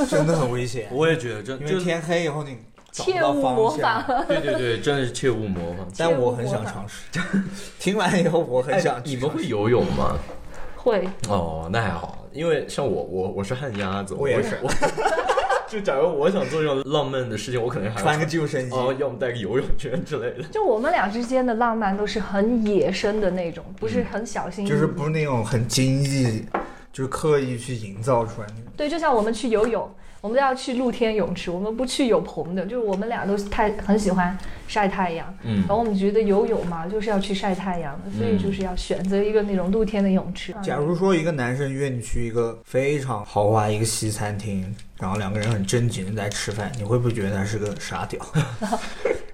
真的很危险，我也觉得真因就为是天黑以后你 找不切到勿模方仿。 向。对对对，真的是切勿模仿。但我很想尝试，听完以后我 很想哎去你尝试。们会游泳吗？会，哦，那还好，因为像我，我我是旱鸭子，我也是我。就假如我想做这种浪漫的事情，我可能还要穿个救生衣？哦，要么带个游泳圈之类的。就我们俩之间的嗯浪漫都是很野生的那种，不是很小心翼翼。就是不是那种很精益就是刻意去营造出来那种。对，就像我们去游泳，我们都要去露天泳池，我们不去有棚的，就是我们俩都太很喜欢晒太阳，嗯然后我们觉得游泳嘛就是要去晒太阳的，所以就是要选择一个那种露天的泳池。假如说一个男生约你去一个非常豪华一个西餐厅，然后两个人很正经的在吃饭，你会不会觉得他是个傻屌？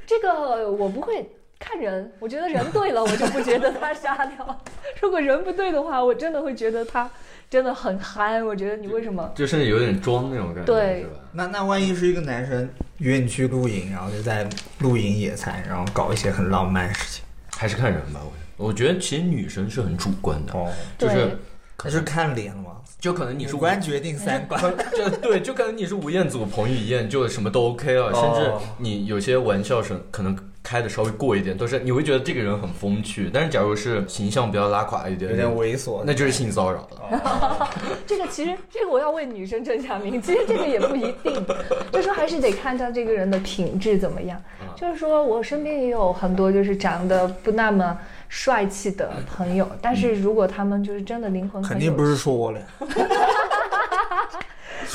这个我不会看人，我觉得人对了，我就不觉得他傻屌。 如果人不对的话，我真的会觉得他真的很憨。我觉得你为什么？就甚至有点装那种感觉，对是吧？那那万一是一个男生约你去露营，然后就在露营野餐，然后搞一些很浪漫的事情。还是看人吧，我觉得我觉得其实女生是很主观的，哦，就对是那是看脸了吗？就可能你是五无官决定三 观。就呃对，就可能你是吴彦祖、彭于晏，就什么都 OK 了，甚至哦你有些玩笑是可能开的稍微过一点，但是你会觉得这个人很风趣。但是假如是形象比较拉垮一点，有点猥琐，那就是性骚扰了。这个其实这个我要为女生正下明，其实这个也不一定，就说还是得看他这个人的品质怎么样嗯。啊就是说我身边也有很多就是长得不那么帅气的朋友，但是如果他们就是真的灵魂很嗯肯有定不是说我俩。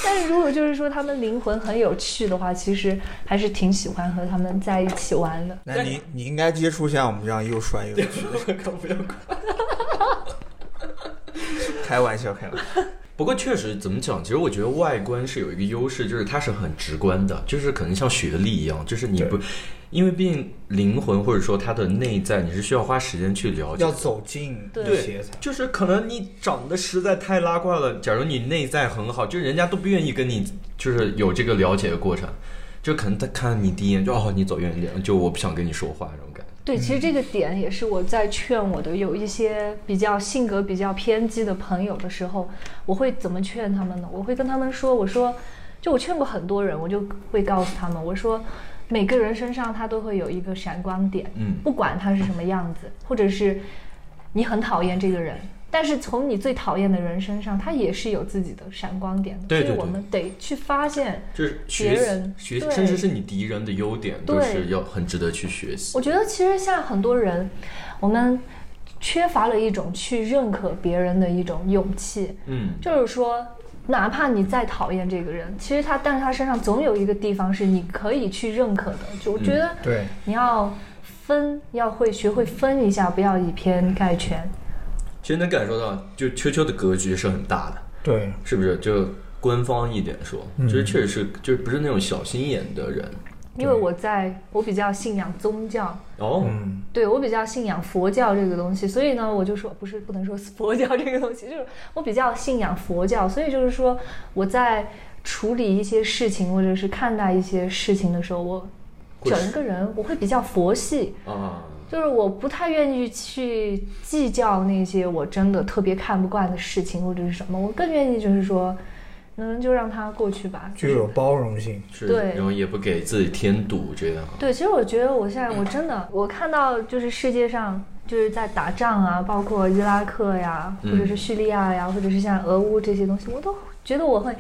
但是如果就是说他们灵魂很有趣的话，其实还是挺喜欢和他们在一起玩的。那你你应该接触像我们这样又帅又直的。开玩笑，开玩笑。 不过确实怎么讲，其实我觉得外观是有一个优势，就是它是很直观的，就是可能像学历一样，就是你不，因为毕竟灵魂或者说它的内在，你是需要花时间去了解要。走近对一些才。就是可能你长得实在太拉胯了，假如你内在很好，就人家都不愿意跟你就是有这个了解的过程，就可能他看你第一眼就哦你走远一点，就我不想跟你说话这种感觉。对，其实嗯这个点也是我在劝我的有一些比较性格比较偏激的朋友的时候，我会怎么劝他们呢？我会跟他们说，我说，就我劝过很多人，我就会告诉他们，我说，每个人身上他都会有一个闪光点，嗯不管他是什么样子，或者是你很讨厌这个人，但是从你最讨厌的人身上，他也是有自己的闪光点的，对对所以我对们得去发现。就是学别人学，对甚至是你敌人的优点，都对是要很值得去学习。我觉得其实像很多人，我们缺乏了一种去认可别人的一种勇气，嗯，就是说。哪怕你再讨厌这个人，其实他，但是他身上总有一个地方是你可以去认可的。就我觉得对，你要分，要会学会分一下，不要以偏概全。其实能感受到，就秋秋的格局是很大的，对，是不是？就官方一点说，其实确实是，就是不是那种小心眼的人。因为我在我比较信仰宗教，哦，嗯，对我比较信仰佛教这个东西，所以呢，我就说不是不能说 佛教这个东西，就是我比较信仰佛教，所以就是说我在处理一些事情或者是看待一些事情的时候，我会整个人我会比较佛系，啊，就是我不太愿意去计较那些我真的特别看不惯的事情或者是什么，我更愿意就是说，嗯，就让它过去吧，具有包容性。是，对然后也不给自己添堵这样。对，其实我觉得我现在我真的，我看到就是世界上就是在打仗啊，包括伊拉克呀，或嗯者是叙利亚呀，或者是像俄乌这些东西，我都觉得我会，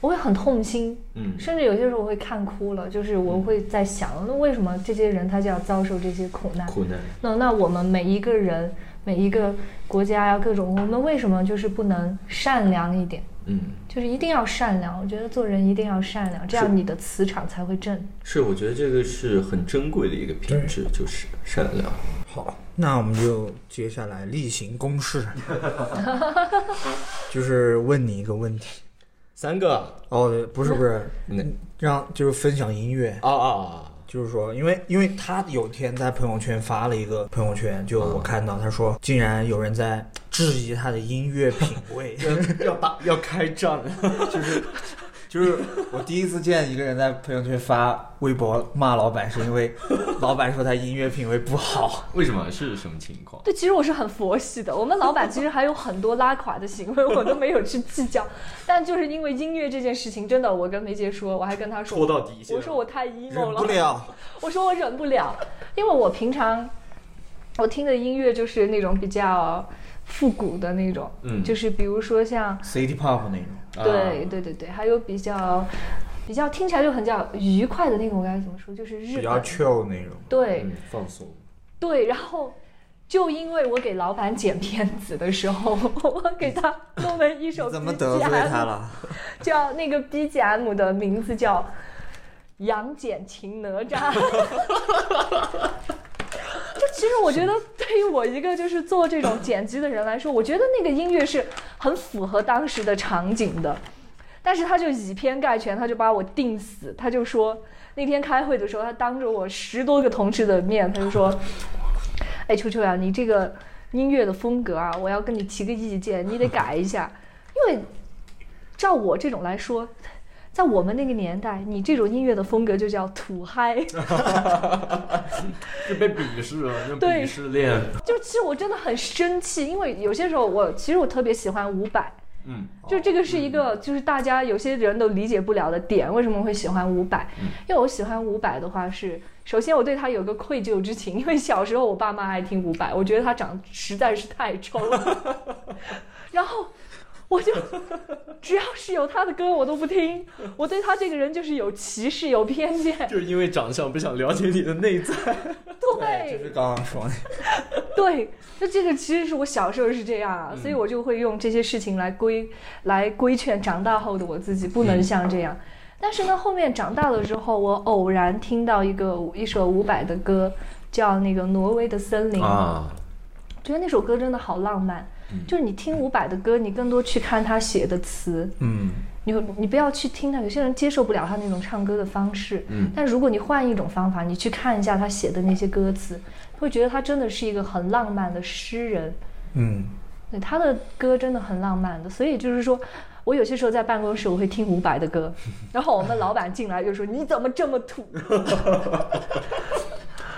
我会很痛心，嗯甚至有些时候我会看哭了，就是我会在想，那为什么这些人他就要遭受这些苦难？苦难。那那我们每一个人、每一个国家呀，各种我们为什么就是不能善良一点？嗯，就是一定要善良，我觉得做人一定要善良，这是样你的磁场才会正。是，我觉得这个是很珍贵的一个品质，就是善良。好，那我们就接下来例行公 事，就是问你一个问题。三个，哦，不是不是，那让就是分享音乐，哦啊啊就是说，因为因为他有一天在朋友圈发了一个朋友圈，就我看到他说，竟然有人在质疑他的音乐品 味，啊，要打要开战了。就是我第一次见一个人在朋友圈发微博骂老板，是因为老板说他音乐品味 不好。为什么？是什么情况？对，其实我是很佛系的。我们老板其实还有很多拉垮的行为，我都没有去计较。但就是因为音乐这件事情，真的，我跟梅姐说，我还跟她说，戳到底线了我说我太 emo 忍了，不了，我说我忍不了，因为我平常我听的音乐就是那种比较复古的那种，嗯就是比如说像 City Pop 那种，啊对对对对，还有比较比较听起来就很叫愉快的那种，我该怎么说？就是日比较嗯本嗯 chill 那种。对，嗯，放松。对，然后就因为我给老板剪片子的时候， 我给他弄了一首 BGM，怎么得罪他了？ 叫那个 BGM 的名字叫《杨戬擒哪吒》。就其实我觉得，对于我一个就是做这种剪辑的人来说，我觉得那个音乐是很符合当时的场景的。但是他就以偏概全，他就把我定死。他就说那天开会的时候，他当着我十多个同事的面，他就说：“哎，秋秋呀、你这个音乐的风格啊，我要跟你提个意见，你得改一下。因为照我这种来说，在我们那个年代，你这种音乐的风格就叫土嗨。” 就被鄙视了，就对鄙视链。就其实我真的很生气，因为有些时候我其实我特别喜欢伍佰，嗯，就这个是一个就是大家有些人都理解不了的点，为什么会喜欢伍佰？因为我喜欢伍佰的话是，首先我对他有个愧疚之情，因 为小时候我爸妈爱听伍佰，我觉得他长得实在是太丑了，然后。我就只要是有他的歌，我都不听。我对他这个人就是有歧视、有偏见。就是因为长相不想了解你的内在。对，就是刚刚说的， 对，那这个其实是我小时候是这样啊，嗯所以我就会用这些事情来规来规劝长大后的我自己，不嗯能像这样。但是呢，后面长大了之后，我偶然听到一个一首伍佰的歌，叫那个《挪威的森林》，啊，嗯觉得那首歌真的好浪漫。就是你听伍佰的歌，你更多去看他写的词，嗯，你你不要去听他，有些人接受不了他那种唱歌的方式。嗯，但如果你换一种方法，你去看一下他写的那些歌词，会觉得他真的是一个很浪漫的诗人。嗯，对，他的歌真的很浪漫的，所以就是说。我有些时候在办公室，我会听伍佰的歌，然后我们老板进来就说：“你怎么这么土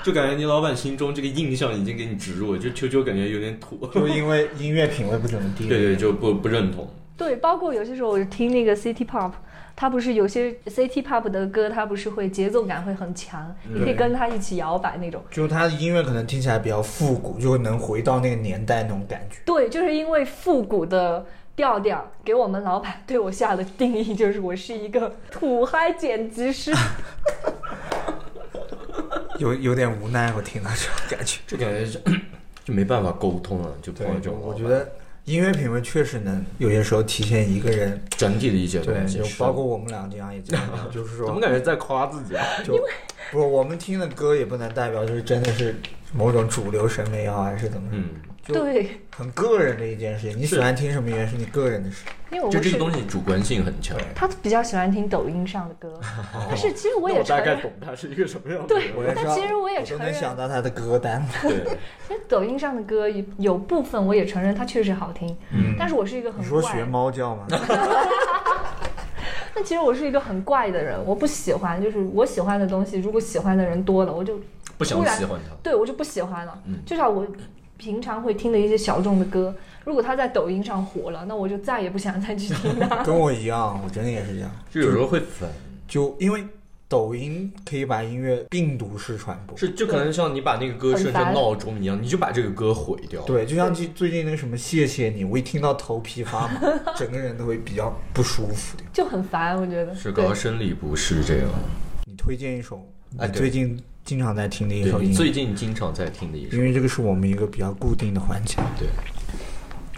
就感觉你老板心中这个印象已经给你植入了，就秋秋感觉有点 土。就因为音乐品味不怎么地，对对，就不不认同。？”对，包括有些时候我听那个 City Pop，他不是有些 City Pop 的歌，他不是会节奏感会很强，你可对以跟他一起摇摆那种。就他的音乐可能听起来比较复古，就能回到那个年代那种感觉。对，就是因为复古的调调，给我们老板对我下的定义就是我是一个土嗨剪辑师。有有点无奈，我听到这种感觉。这感觉是就没办法沟通了，就碰到这种老我板觉得音乐品味确实能有些时候体现一个人，整体理解的对，东西就是包括我们俩这样也这样， 就是怎么说，感觉在夸自己啊？就不，我们听的歌也不能代表就是真的是某种主流审美也好，还是怎么，嗯，就对，很个人的一件事情。你喜欢听什么音乐是你个人的事，因为我就这是个东西主观性很强。他比较喜欢听抖音上的歌，但是其实我那也我承大概认，懂他是一个什么样的对人。 我也知但道其实我也我都承能认，想到他的歌单。对，其实抖音上的歌有有部分我也承认它确实好听， 嗯但是我是一个很你说怪学猫叫 吗？但其实我是一个很怪的人，我不喜欢，就是我喜欢的东西，如果喜欢的人多了，我就不想突然喜欢他。对我就不喜欢了。嗯就像我平常会听的一些小众的歌，如果他在抖音上火了，那我就再也不想再去听他。跟我一样，我真的也是这样。就有时候会烦，就因为抖音可以把音乐病毒式传播。是就可能像你把那个歌设很成烦闹钟一样，你就把这个歌毁掉。，对，就像最最近那个什么谢谢你，我一听到头皮发 麻，整个人都会比较不舒服的。 就很烦，我觉得是搞对到生理不适这样。你推荐一首，哎你对最近经常在听的一对首音你最乐，近经常在听的一首因，为这个是我们一个比较固定的环节。对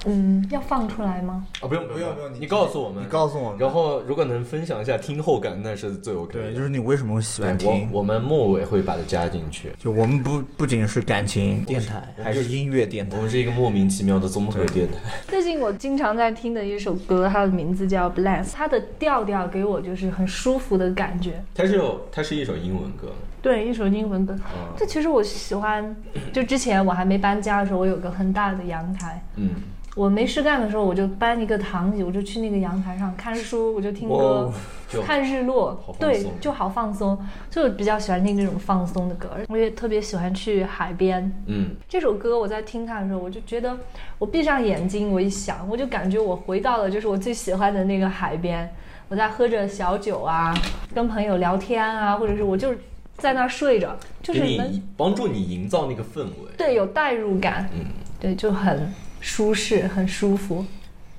嗯，要放出来吗？啊，不用不用不用你你告诉我们，你告诉我们，然后如果能分享一下听后感，那是最 OK 的。对，就是你为什么会喜欢对我听？我们末尾会把它加进去。就我们不不仅是感情电台，还是音乐电台我。们是一个莫名其妙的综合电台。最近我经常在听的一首歌，它的名字叫《Bless》，它的调调给我就是很舒服的感觉。它是有，它是一首英文歌嘛对，一首英文歌。啊，这其实我喜欢， 就之前我还没搬家的时候，我有个很大的阳台。嗯，我没事干的时候，我就搬一个躺椅，我就去那个阳台上看书，我就听歌哇，就看日落好放，对松，就好放松。就我比较喜欢听这种放松的歌，我也特别喜欢去海边。嗯，这首歌我在听它的时候，我就觉得，我闭上眼睛，我一想，我就感觉我回到了就是我最喜欢的那个海边，我在喝着小酒啊，跟朋友聊天啊，或者是我就在那儿睡着，就给是能你帮助你营造那个氛围。对有代入感，嗯对，就很舒适，很舒服。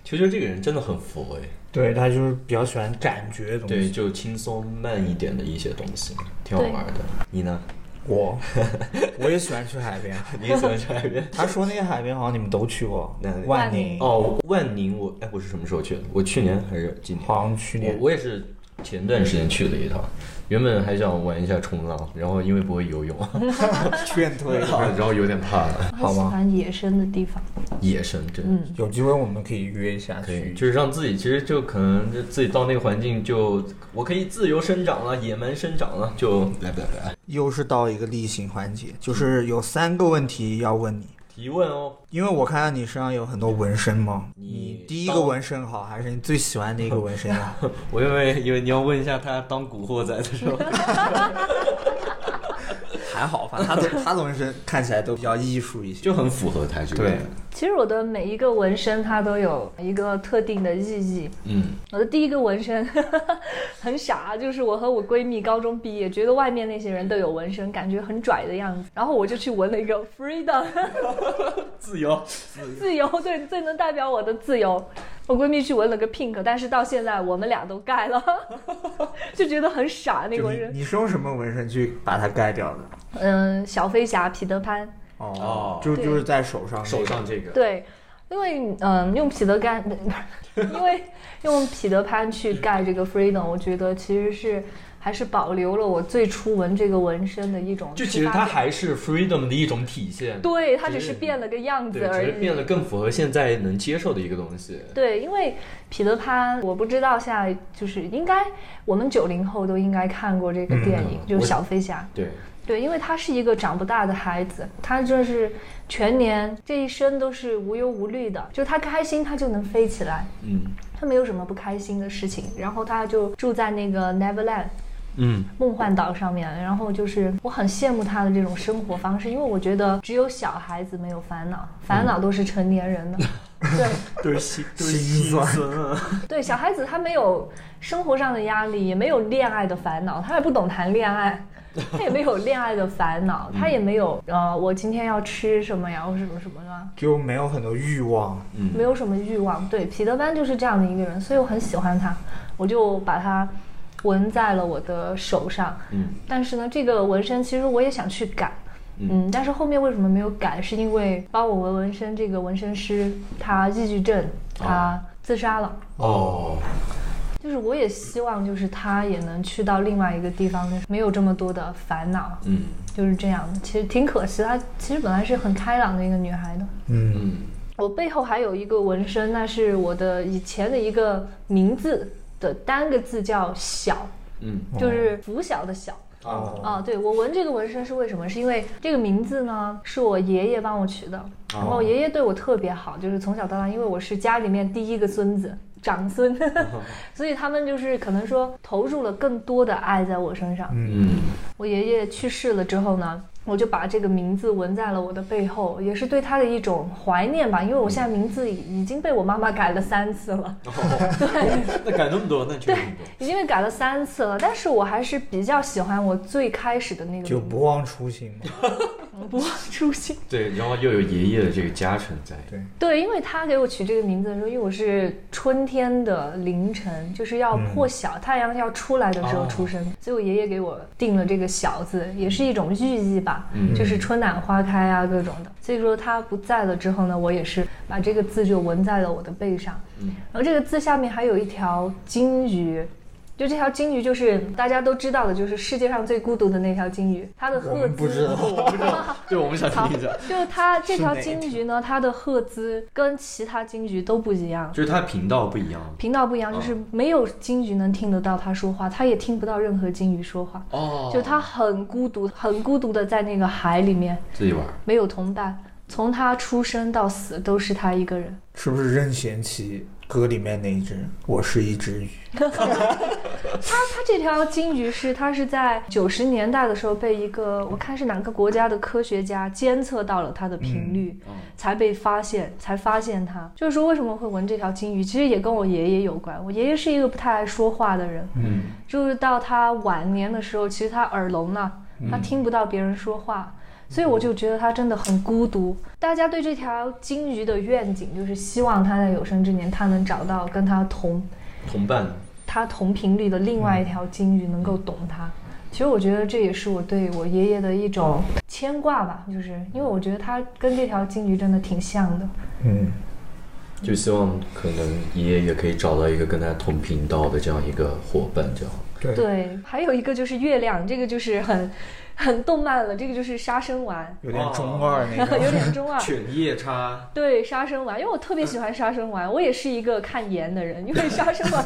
球球这个人真的很佛哎，对他就是比较喜欢感觉的东对，西。 就轻松慢一点的一些东西，挺好玩的。你呢？我 我也喜欢去海 边。你也喜欢去海边？他说那个海边好像你们都去过哪里，万万宁宁，哦，万宁我哎，我是什么时候去的？我去年还是今年？好像去年哦我我也是前段时间去了一趟，原本还想玩一下冲浪，然后因为不会游 泳，劝退了。然后有点怕了。我喜欢野生的地方，野生对。嗯， 有机会我们可以约一下可以，去。就是让自己，其实就可能就自己到那个环境就，我可以自由生长了，野蛮生长了，就来来来，又是到一个例行环节，就是有三个问题要问你，提问哦。因为我看到你身上有很多纹身嘛。你第一个纹身好，还是你最喜欢的一个纹身啊？我以为以为你要问一下他当古惑仔的时 候， 还好吧，他的他的纹身看起来都比较艺术一些。就很符合他这个。对，其实我的每一个纹身它都有一个特定的意义。嗯，我的第一个纹身 很傻，就是我和我闺蜜高中毕业，觉得外面那些人都有纹身，感觉很拽的样子，然后我就去纹了一个 freedom， 自由。自由，对，最能代表我的自由。我闺蜜去纹了个 pink，但是到现在我们俩都盖了， 就觉得很傻那就个你人。你是用什么纹身去把它盖掉的？嗯，小飞侠、彼得潘，哦哦，就对就是在手上那个，手上这个，对，因为嗯，用彼得干，因为用彼得潘去盖这个 freedom，我觉得其实是还是保留了我最初纹这个纹身的一种出发就点，其实它还是 freedom 的一种体现，对，它只只是是变了个样子对，只而是已。变得更符合现在能接受的一个东西。对，因为彼得潘，我不知道现在就是应该我们九零后都应该看过这个电影，嗯就是我小飞侠。对，对，因为他是一个长不大的孩子，他就是全年这一生都是无忧无虑的，就他开心他就能飞起来，嗯他没有什么不开心的事情。然后他就住在那个 Neverland 嗯，梦幻岛上面，然后就是我很羡慕他的这种生活方式，因为我觉得只有小孩子没有烦恼，烦恼都是成年人的。对。都是心都是心酸啊。对，小孩子他没有生活上的压力，也没有恋爱的烦恼，他也不懂谈恋爱，他也没有恋爱的烦恼，他也没有呃，我今天要吃什么呀，我什么什么的，就没有很多欲望。嗯没有什么欲望。对，彼得潘就是这样的一个人，所以我很喜欢他，我就把他纹在了我的手上。嗯，但是呢，这个纹身其实我也想去改。嗯嗯，但是后面为什么没有改？是因为帮我纹纹身这个纹身师他抑郁症，他自杀了。哦，就是我也希望，就是他也能去到另外一个地方，就是没有这么多的烦恼，嗯就是这样。其实挺可惜，她其实本来是很开朗的一个女孩的。嗯，嗯，我背后还有一个纹身，那是我的以前的一个名字的单个字叫小，嗯，就是拂晓的晓。哦，啊，对我纹这个纹身是为什么？是因为这个名字呢是我爷爷帮我取的，然后爷爷对我特别好，就是从小到大，因为我是家里面第一个孙子。长孙， 所以他们就是可能说投入了更多的爱在我身上。嗯我爷爷去世了之后呢，我就把这个名字纹在了我的背后，也是对他的一种怀念吧。因为我现在名字已已经被我妈妈改了三次了，嗯那改那么多，那确实很多。已经被改了三次了，但是我还是比较喜欢我最开始的那个就名字不忘初心嘛。不忘初心。对，然后又有爷爷的这个加成在，对，因为他给我取这个名字的时候，因为我是春天的凌晨，就是要嗯破晓，太阳要出来的时哦候出生，所以我爷爷给我定了这个“晓”字，也是一种寓意吧，嗯就是春暖花开啊，各种的。所以说他不在了之后呢，我也是把这个字就纹在了我的背上，嗯然后这个字下面还有一条金鱼。就这条金鱼，就是大家都知道的，就是世界上最孤独的那条金鱼，它的我赫们兹不知道，对，我们想听一下，就是它这条是哪一金鱼呢，它的赫兹跟其他金鱼都不一 样，就是他频道不一样。频道不一哦样，就是没有金鱼能听得到它说话，它也听不到任何金鱼说话，哦就它很孤独，很孤独的在那个海里面，自己玩。没有同伴，从它出生到死都是它一个人。是不是任贤齐歌里面那一只？我是一只鱼。它它这条金鱼是它是在九十年代的时候被一个我看是哪个国家的科学家监测到了它的频率，嗯哦才被发现，才发现它。就是说为什么会闻这条金鱼，其实也跟我爷爷有关。我爷爷是一个不太爱说话的人，嗯，就是到他晚年的时候，其实他耳聋了，嗯他听不到别人说话。所以我就觉得他真的很孤独。大家对这条金鱼的愿景就是希望他在有生之年，他能找到跟他同同伴，他同频率的另外一条金鱼能够懂他，其实我觉得这也是我对我爷爷的一种牵挂吧，就是因为我觉得他跟这条金鱼真的挺像的。嗯，就希望可能爷爷也可以找到一个跟他同频道的这样一个伙伴，这样。对，对，还有一个就是月亮，这个就是很 很动漫了，这个就是杀生丸，有点中二那种。有点 中二。犬夜叉，对杀生丸，因为我特别喜欢杀生丸，我也是一个看颜的人，因为杀生丸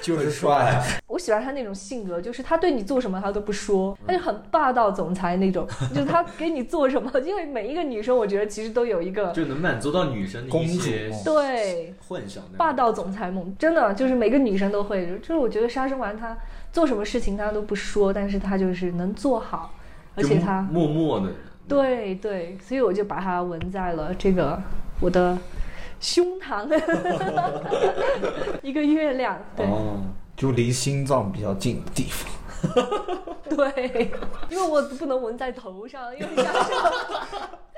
就是帅，我喜欢他那种性格，就是他对你做什么他都不说，他就很霸道总裁那种，就是他给你做什么，因为每一个女生我觉得其实都有一个就能满足到女生的公一主些梦对幻想的霸道总裁梦，真的就是每个女生都会，就是我觉得杀生丸他做什么事情他都不说，但是他就是能做好，而就且他默默的，对对，所以我就把它纹在了这个我的胸膛， 一个月亮，对、哦，就离心脏比较近的地方。 对，因为我不能纹在头上，因为杀生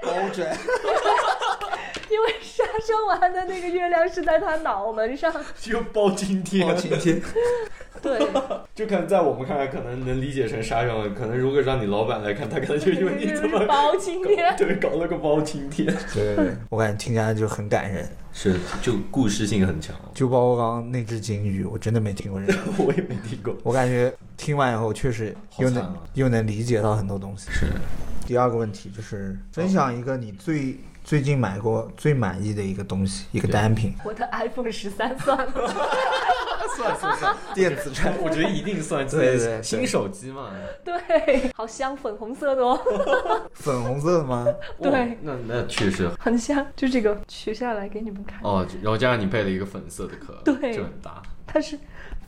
包准， 因为杀生丸的那个月亮是在他脑门上，就包青天包青天， 对，就可能在我们看来，可能能理解成杀生丸，可能如果让你老板来看，他可能 就因为你就怎是么包青天， 对搞了个包青天，对对对，我感觉听起来就很感人，是就故事性很强，就包括刚刚那只金鱼，我真的没听过这个。 我也没听过。我感觉听完以后，确实好又惨能、啊又能理解到很多东西。是第二个问题就是分享一个你最最近买过最满意的一个东西，一个单品。我的 iPhone 十三算了，算算算，电子产品。我觉得一定算对对对新手机嘛。 对，好香，粉红色的哦， 粉红色的吗？对哇那那确实很香，就这个取下来给你们看，哦，然后加上你配了一个粉色的壳，对就很搭。它是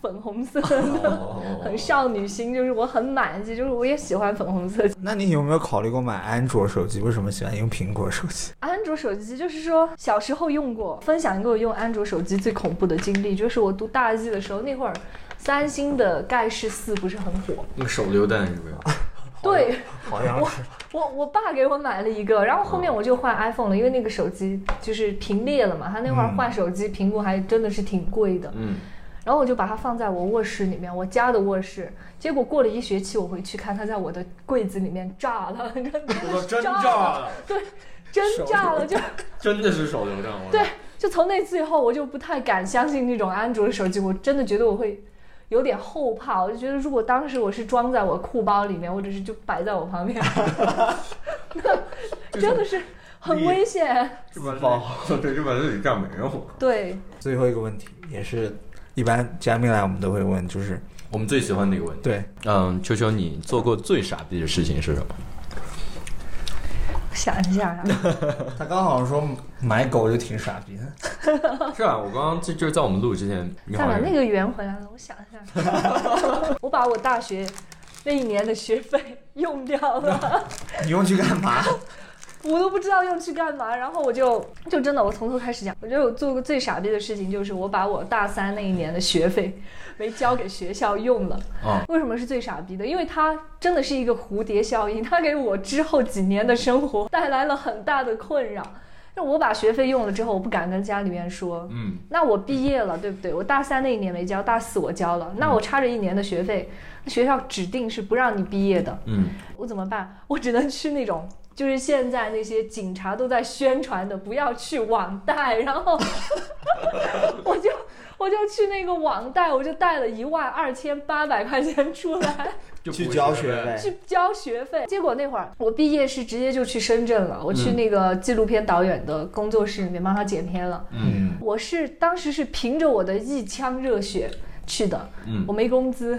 粉红色哦哦的。很少女心，就是我很满意，就是我也喜欢粉红色。 那你有没有考虑过买安卓手机？为什么喜欢用苹果手机？安卓手机就是说小时候用过，分享一个我用安卓手机最恐怖的经历，就是我读大一的时候，那会儿三星的盖世四不是很火，那个手榴弹是不是？对好像是我我爸给我买了一个，然后后面我就换 iPhone 了，因为那个手机就是屏裂了嘛，他那会儿换手机屏幕还真的是挺贵的，嗯，然后我就把它放在我卧室里面，我家的卧室。结果过了一学期，我回去看，它在我的柜子里面炸了， 真的我真炸炸了，真炸了，就真的是手榴弹。我对就从那次以后，我就不太敢相信那种安卓的手机，我真的觉得我会有点后怕。我就觉得如果当时我是装在我裤包里面，或者是就摆在我旁边，那真的是很危险。就把那 对，就把那里干没了。对，最后一个问题，也是一般嘉宾来我们都会问，就是我们最喜欢的一个问题，对嗯，球球，你做过最傻逼的事情是什么？想一下啊，他刚好说买狗就挺傻逼的，是啊，我刚刚就就是在我们录之前，你再好把像那个圆回来了，我想一下， 我把我大学那一年的学费用掉了， 你用去干嘛？我都不知道用去干嘛。然后我就就真的，我从头开始讲，我觉得我做过最傻逼的事情就是我把我大三那一年的学费没交给学校用了。哦为什么是最傻逼的？因为它真的是一个蝴蝶效应，它给我之后几年的生活带来了很大的困扰。那我把学费用了之后，我不敢跟家里面说，嗯，那我毕业了，对不对？我大三那一年没交，大四我交了，那我差着一年的学费，那学校指定是不让你毕业的，嗯，我怎么办？我只能去那种。就是现在那些警察都在宣传的，不要去网贷，然后 我就我就去那个网贷，我就贷了一万二千八百块钱出来就去不交是学呗哎费，去交学费。结果那会儿我毕业是直接就去深圳了，我去嗯那个纪录片导演的工作室里面帮他剪片了。嗯我是当时是凭着我的一腔热血去的，嗯我没工资，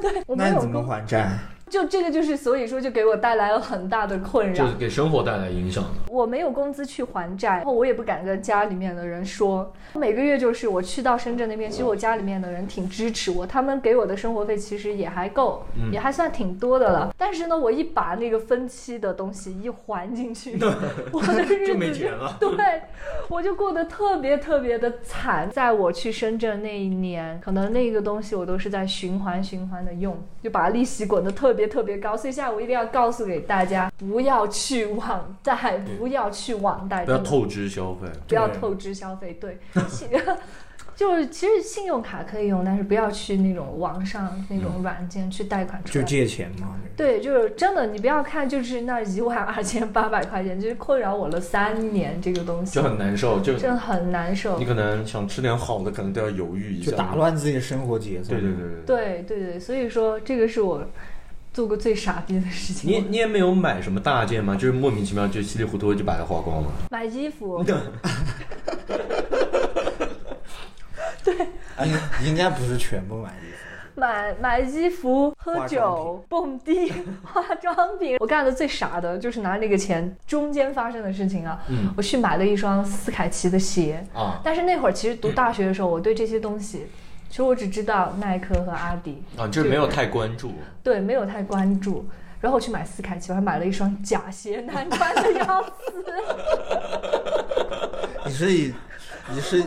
对我没那你有怎么工，还债？就这个就是所以说就给我带来了很大的困就扰是。给生活带来影响的。我没有工资去还债，然后我也不敢跟家里面的人说。每个月就是我去到深圳那边，其实我家里面的人挺支持我，他们给我的生活费其实也还够，嗯也还算挺多的了。但是呢，我一把那个分期的东西一还进去，我的日子就没钱了。 对，我就过得特别特别的惨。在我去深圳那一年，可能那个东西我都是在循环循环的用，就把利息滚得特别特别高。所以现在我一定要告诉给大家，不要去网贷，不要去网贷，不要真的透支消费，不要透支消费。对，其 就是其实信用卡可以用，但是不要去那种网上那种软件去贷款出就来。借钱嘛。对，就是真的，你不要看，就是那一万二千八百块钱，就是困扰我了三年这个东西就，很难受，就真的很难受你。可能想吃点好的，可能都要犹豫一下，就打。乱自己的生活节奏。对对对对。对对对，所以说这个是我做过最傻逼的事情。你你也没有买什么大件吗？就是莫名其妙就稀里糊涂就把它花光了。买衣服，应应该不是全部买衣服，买买衣服、喝化妆酒、蹦迪、 化妆品。我干的最傻的就是拿那个钱，中间发生的事情啊，嗯我去买了一双斯凯奇的鞋。啊但是那会儿其实读大学的时候，我对这些东西，其实我只知道耐克和阿迪，啊，就是没有太关注。对，没有太关注。然后我去买斯凯奇，我还买了一双假鞋，难穿的要死。 你是以你是以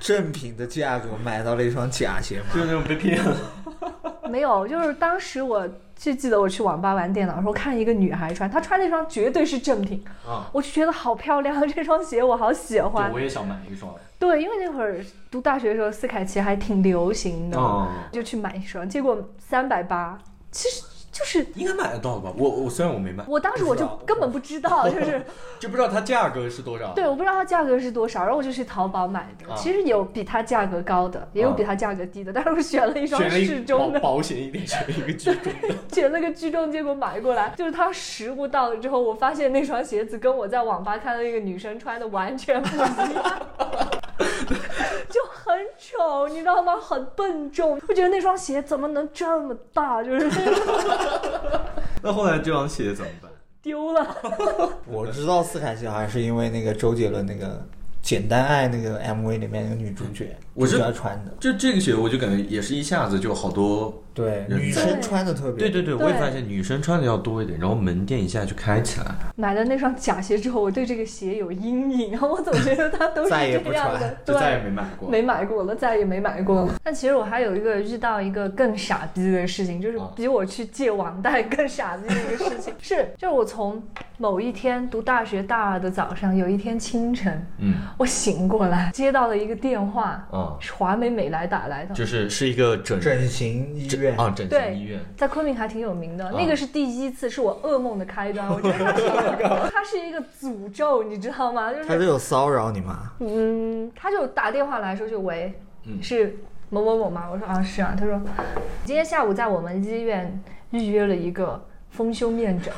正品的价格买到了一双假鞋吗？ 就是那种被骗了。没有，就是当时我就记得我去网吧玩电脑的时候，看一个女孩穿，她穿那双绝对是正品，啊，我就觉得好漂亮， 这双鞋我好喜欢对，。我也想买一双。对，因为那会儿读大学的时候，斯凯奇还挺流行的，啊，就去买一双，结果三百八，其实就是应该买得到吧？我我虽然我没买，我当时我就根本不知道， 就是就不知道它价格是多少。对，我不知道它价格是多少，然后我就去淘宝买的。啊其实有比它价格高的，也有啊比它价格低的，但是我选了一双选了适一中保的，保险一点，选了一个居中的。选了个居中，结果买过来就是它实物到了之后，我发现那双鞋子跟我在网吧看到那个女生穿的完全不一样。 就很丑，你知道吗？很笨重，我觉得那双鞋怎么能这么大？就是 那后来这双鞋怎么办？丢了。我知道斯凯奇好像是因为那个周杰伦那个《简单爱》那个 MV 里面那个女主角，我是主角穿的，就这个鞋，我就感觉也是一下子就好多。对，人女造生穿的特别，对对对，对我也发现女生穿的要多一点，然后门店一下就开起来。买了那双假鞋之后，我对这个鞋有阴影，然后我总觉得它都是再也这不样穿的，就再也没对。买过。没买过了，再也没买过了。 但其实我还有一个遇到一个更傻逼的事情，就是啊比我去借网贷更傻逼的一个事 情，是就是我从某一天读大学大二的早上，有一天清晨，嗯我醒过来，接到了一个电话，啊，是华美美莱打来的，就是是一个整整形医整院啊整对形医院。在昆明还挺有名的，啊那个是第一次，是我噩梦的开端。我觉得它是一 个，它是一个诅咒，你知道吗？就他是是有骚扰你吗？嗯，他就打电话来说就喂，嗯是某某某吗？我说啊是啊，他说今天下午在我们医院预约了一个丰胸面诊，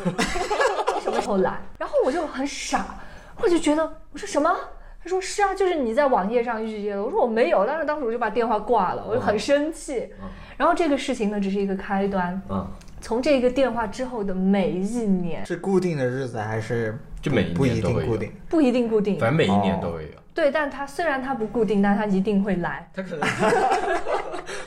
什么时候来？然后我就很傻，我就觉得我说什么？他说是啊，就是你在网页上预约的。我说我没有，但是当时我就把电话挂了，我就很生气。然后这个事情呢，只是一个开端。啊，从这个电话之后的每一年，是固定的日子还是就每一不一年都会定有固定？哦不一定固定，反正每一年都会有。对，但它虽然它不固定，但它一定会来。他可能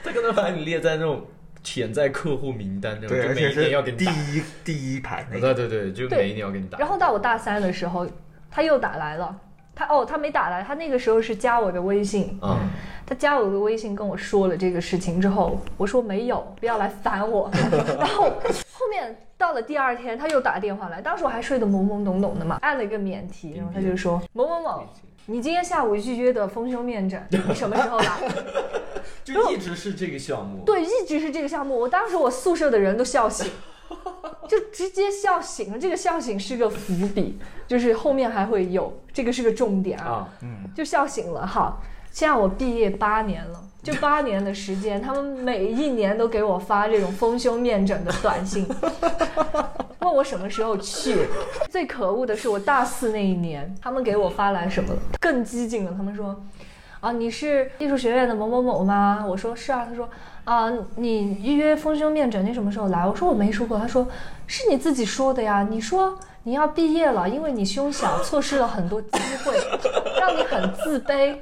他可能把你列在那种潜在客户名单那种，对，就而每且一年是要给你第打。一第一排那个对对对，就对每一年要给你打。然后到我大三的时候，他又打来了。他哦，他没打来，他那个时候是加我的微信。嗯啊，他加我的微信跟我说了这个事情之后，我说没有，不要来烦我。 然后后面到了第二天，他又打电话来，当时我还睡得懵懵懂懂的嘛，按了一个免提，然后他就说某某某，你今天下午预约的丰胸面诊，你什么时候来？就一直是这个项目。对，一直是这个项目。我当时我宿舍的人都笑醒，就直接笑醒了。这个笑醒是个伏笔，就是后面还会有，这个是个重点啊。啊，嗯就笑醒了。好，现在我毕业八年了，这八年的时间，他们每一年都给我发这种丰胸面诊的短信，问我什么时候去。最可恶的是我大四那一年，他们给我发来什么了？更激进了，他们说。啊，你是艺术学院的某某某吗？我说是啊。他说，啊，你预约丰胸面诊，你什么时候来？我说我没说过。他说，是你自己说的呀。你说你要毕业了，因为你胸小，错失了很多机会，让你很自卑。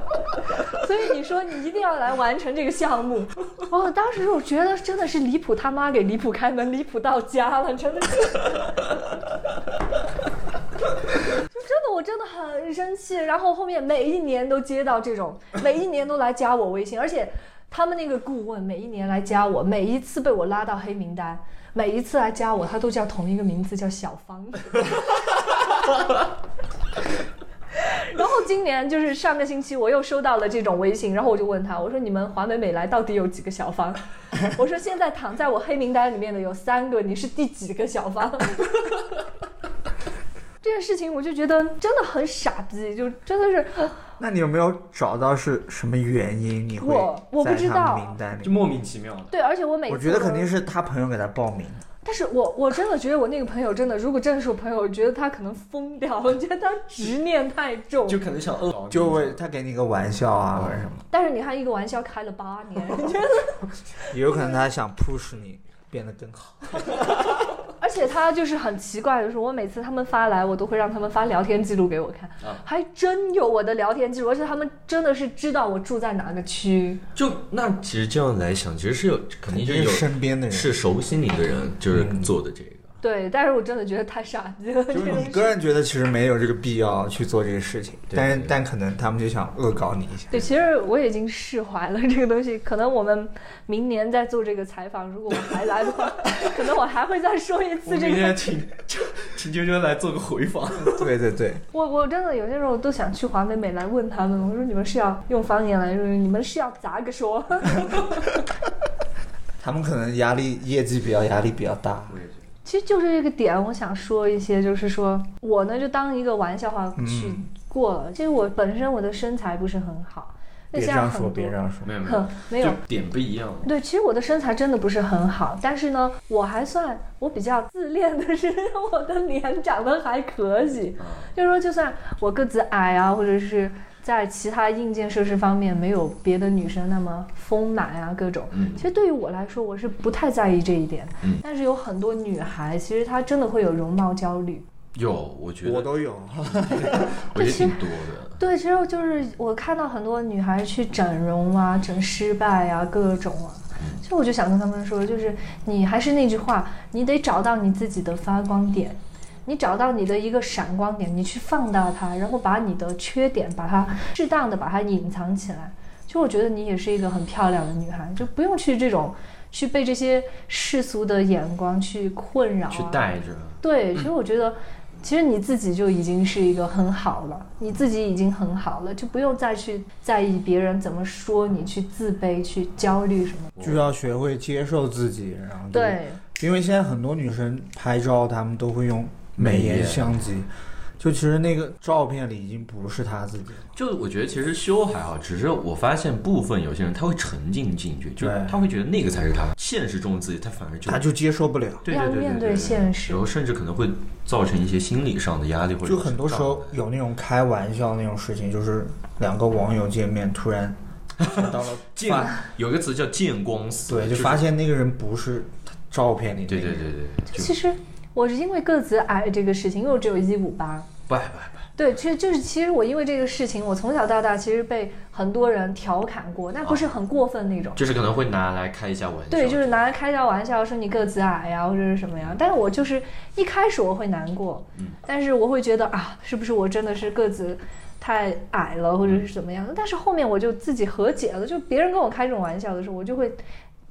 所以你说你一定要来完成这个项目。哦，当时我觉得真的是离谱他妈给离谱开门，离谱到家了，真的是。就真的，我真的很生气。然后后面每一年都接到这种，每一年都来加我微信，而且他们那个顾问每一年来加我，每一次被我拉到黑名单，每一次来加我，他都叫同一 个名字，叫小芳。然后今年就是上个星期我又收到了这种微信，然后我就问他，我说你们华美美莱到底有几个小方？ 我说现在躺在我黑名单里面的有三个，你是第几个小方？这件事情我就觉得真的很傻逼，就真的是那你有没有找到是什么原因？你会我我不在知他们道名单就里。莫名其妙的。对，而且我每次我觉得都肯定是他朋友给他报名的，但是我我真的觉得我那个朋友真的，如果真的是我朋友，我觉得他可能疯掉， 我觉得他执念太重。就可能想恶搞你，就为他给你个玩笑啊，或者什么，但是你看，一个玩笑开了八 年，也有可能他想 push 你变得更好。而且他就是很奇怪的是，我每次他们发来，我都会让他们发聊天记录给我看，啊还真有我的聊天记录，而且他们真的是知道我住在哪个区。就那其实这样来想，其实是有肯定就有身边嗯的人，是熟悉你的人就是做的这个。对，但是我真的觉得太傻逼了，就是这个你个人觉得其实没有这个必要去做这个事情，对但是对但可能他们就想恶搞你一下。对，其实我已经释怀了这个东西。可能我们明年再做这个采访，如果我还来的 话，可能我还会再说一我次这明天个。请 请娟娟来做个回访。对对对，我我真的有些时候都想去华美美来问他们，我说你们是要用方言来说，你们是要咋个说？ 他们可能压力业绩比较压力比较大。其实就是这个点，我想说一些，就是说我呢就当一个玩笑话去嗯过了。其实我本身我的身材不是很好，那别这现在样说，很多别这样说。没有没有哼， 没有就。点不一样。对，其实我的身材真的不是很好，但是呢，我还算我比较自恋的是， 我的脸长得还可以。啊就是说，就算我个子矮啊，或者是在其他硬件设施方面没有别的女生那么丰满啊，各种，嗯其实对于我来说，我是不太在意这一点。嗯但是有很多女孩，其实她真的会有容貌焦虑。有，我觉我得都有，我觉得挺多 的。对，其实就是我看到很多女孩去整容啊、整失败啊、各种啊，嗯其实我就想跟她们说，就是你还是那句话，你得找到你自己的发光点，你找到你的一个闪光点，你去放大它，然后把你的缺点把它适当的把它隐藏起来。其实我觉得你也是一个很漂亮的女孩，就不用去这种去被这些世俗的眼光去困扰、啊、去带着，嗯对，其实我觉得，其实你自己就已经是一个很好了，你自己已经很好了，就不用再去在意别人怎么说你，去自卑、去焦虑什么。就要学会接受自己，然后就，对，因为现在很多女生拍照，她们都会用美颜相机，就其实那个照片里已经不是她自己了。就我觉得其实修还好，只是我发现部分有些人他会沉浸进去，就是对他会觉得那个才是他现实中的自己，他反而就她就接受不了，对要对对面对对现实然后甚至可能会造成一些心理上的压力，或者就很多时候有那种开玩笑那种事情，就是两个网友见面突然想到了见 发，有一个词叫见光死，对，就是发现那个人不是她照片里那个对人对对对，就其实我是因为个子矮这个事情，因为我只有一五八。不爱不爱不爱对，其实就是其实我因为这个事情，我从小到大其实被很多人调侃过，啊但不是很过分那种。就是可能会拿来开一下玩笑，对，就是拿来开下玩笑，说你个子矮呀，或者是什么呀。但是我就是一开始我会难过，嗯但是我会觉得啊，是不是我真的是个子太矮了，或者是怎么样的？但是后面我就自己和解了，就别人跟我开这种玩笑的时候，我就会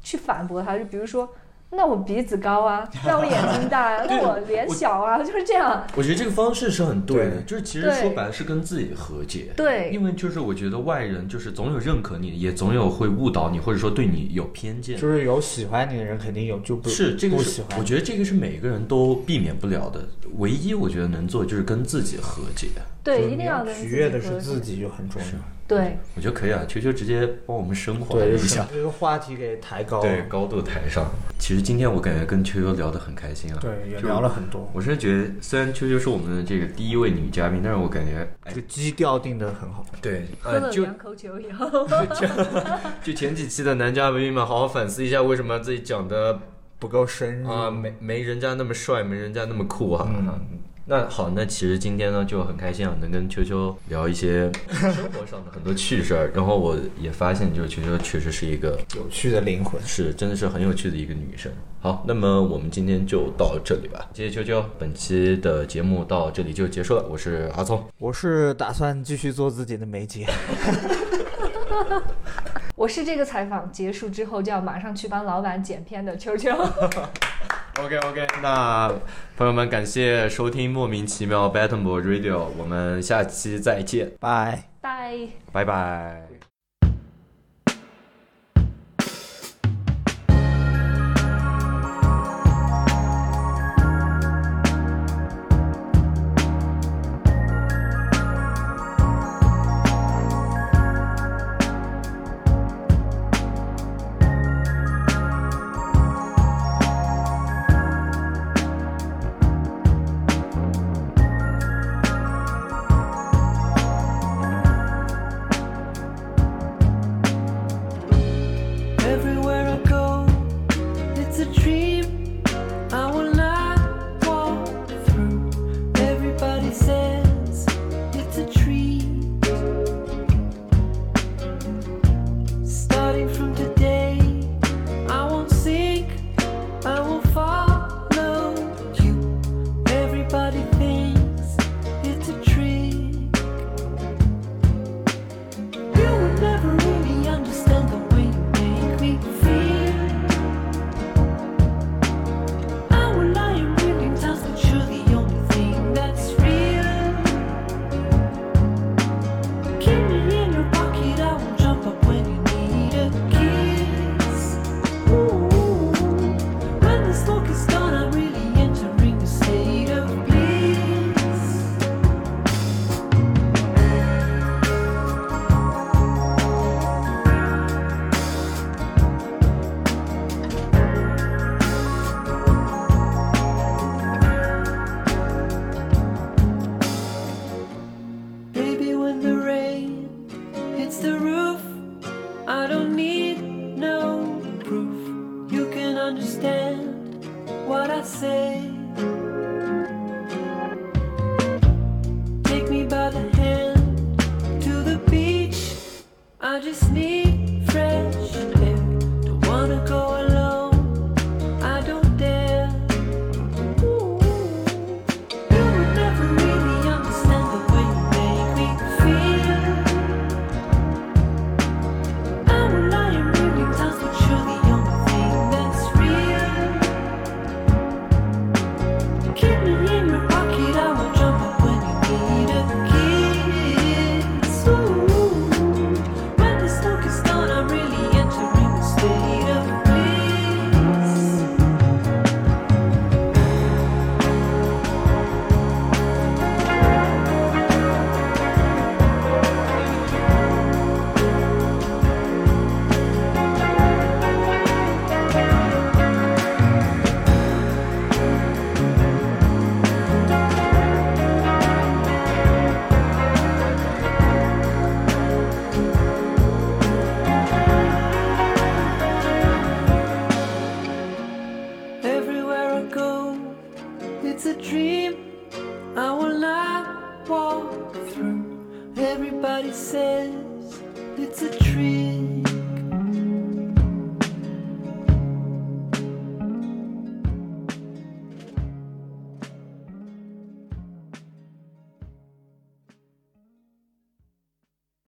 去反驳他，就比如说。那我鼻子 高啊，那我眼睛大啊，那我脸小啊，就是这样。我觉得这个方式是很对的，对就是其实对说白了是跟自己和解。对因为就是我觉得外人就是总有认可你，也总有会误导你，或者说对你有偏见。就是有喜欢你的人肯定有，就不是这个不是喜，欢我你。觉得这个是每个人都避免不了的。唯一我觉得能做就是跟自己和解。对，就是一定你要跟取悦的和是解自己就很重要。对，我觉得可以啊，球球直接帮我们升华对，一就下哦是，这个话题给抬高。对高度抬上。其实今天我感觉跟球球聊得很开心啊。对，也就聊了很多，我是觉得，虽然秋秋是我们的这个第一位女嘉宾，但是我感觉，哎这，个基调定的很好。对，喝呃，了就两口酒以后， 就前几期的男嘉宾们，好好反思一下，为什么自己讲的不够深嗯入啊、没没人家那么帅，没人家那么酷哈、嗯，那好，那其实今天呢就很开心啊，能跟秋秋聊一些生活上的很多趣事儿。然后我也发现，就是秋秋确实是一个有趣的灵魂。是真的是很有趣的一个女生。好，那么我们今天就到这里吧，谢谢秋秋。本期的节目到这里就结束了，我是阿聪。我是打算继续做自己的梅 姐， 我是这个采访结束之后就要马上去帮老板剪片的秋秋。 OK OK，那朋友们，感谢收听莫名其妙 b a t t l e b o Radio，我们下期再见，拜。拜。拜拜。 Everywhere I go, it's a dream. I will not walk through. Everybody says it's a treat. Starting from today, I won't seek. I will follow you. Everybody thinks it's a treat. You would never really understand the way you make me feel. I will lie a million times, but you're the only thing that's real. Keep me in your pocket, I will jump up when you need a kiss. When the smoke is gone, I'm really entering a state of bliss. Baby, when the rain hits the roof, I don't need no proof. You can understand what I say. Take me by the hand to the beach. I just need fresh air. Don't wanna go alone. I don't dare. You would never really understand the way you make me feel. I will lie a million times, but you're the only thing that's real. Keep me in your pocket, I will jump up when you need a kiss. When the smoke is gone, I'm really entering a state of bliss. Everywhere I go, it's a dream. I will not walk through. Everybody says it's a dream.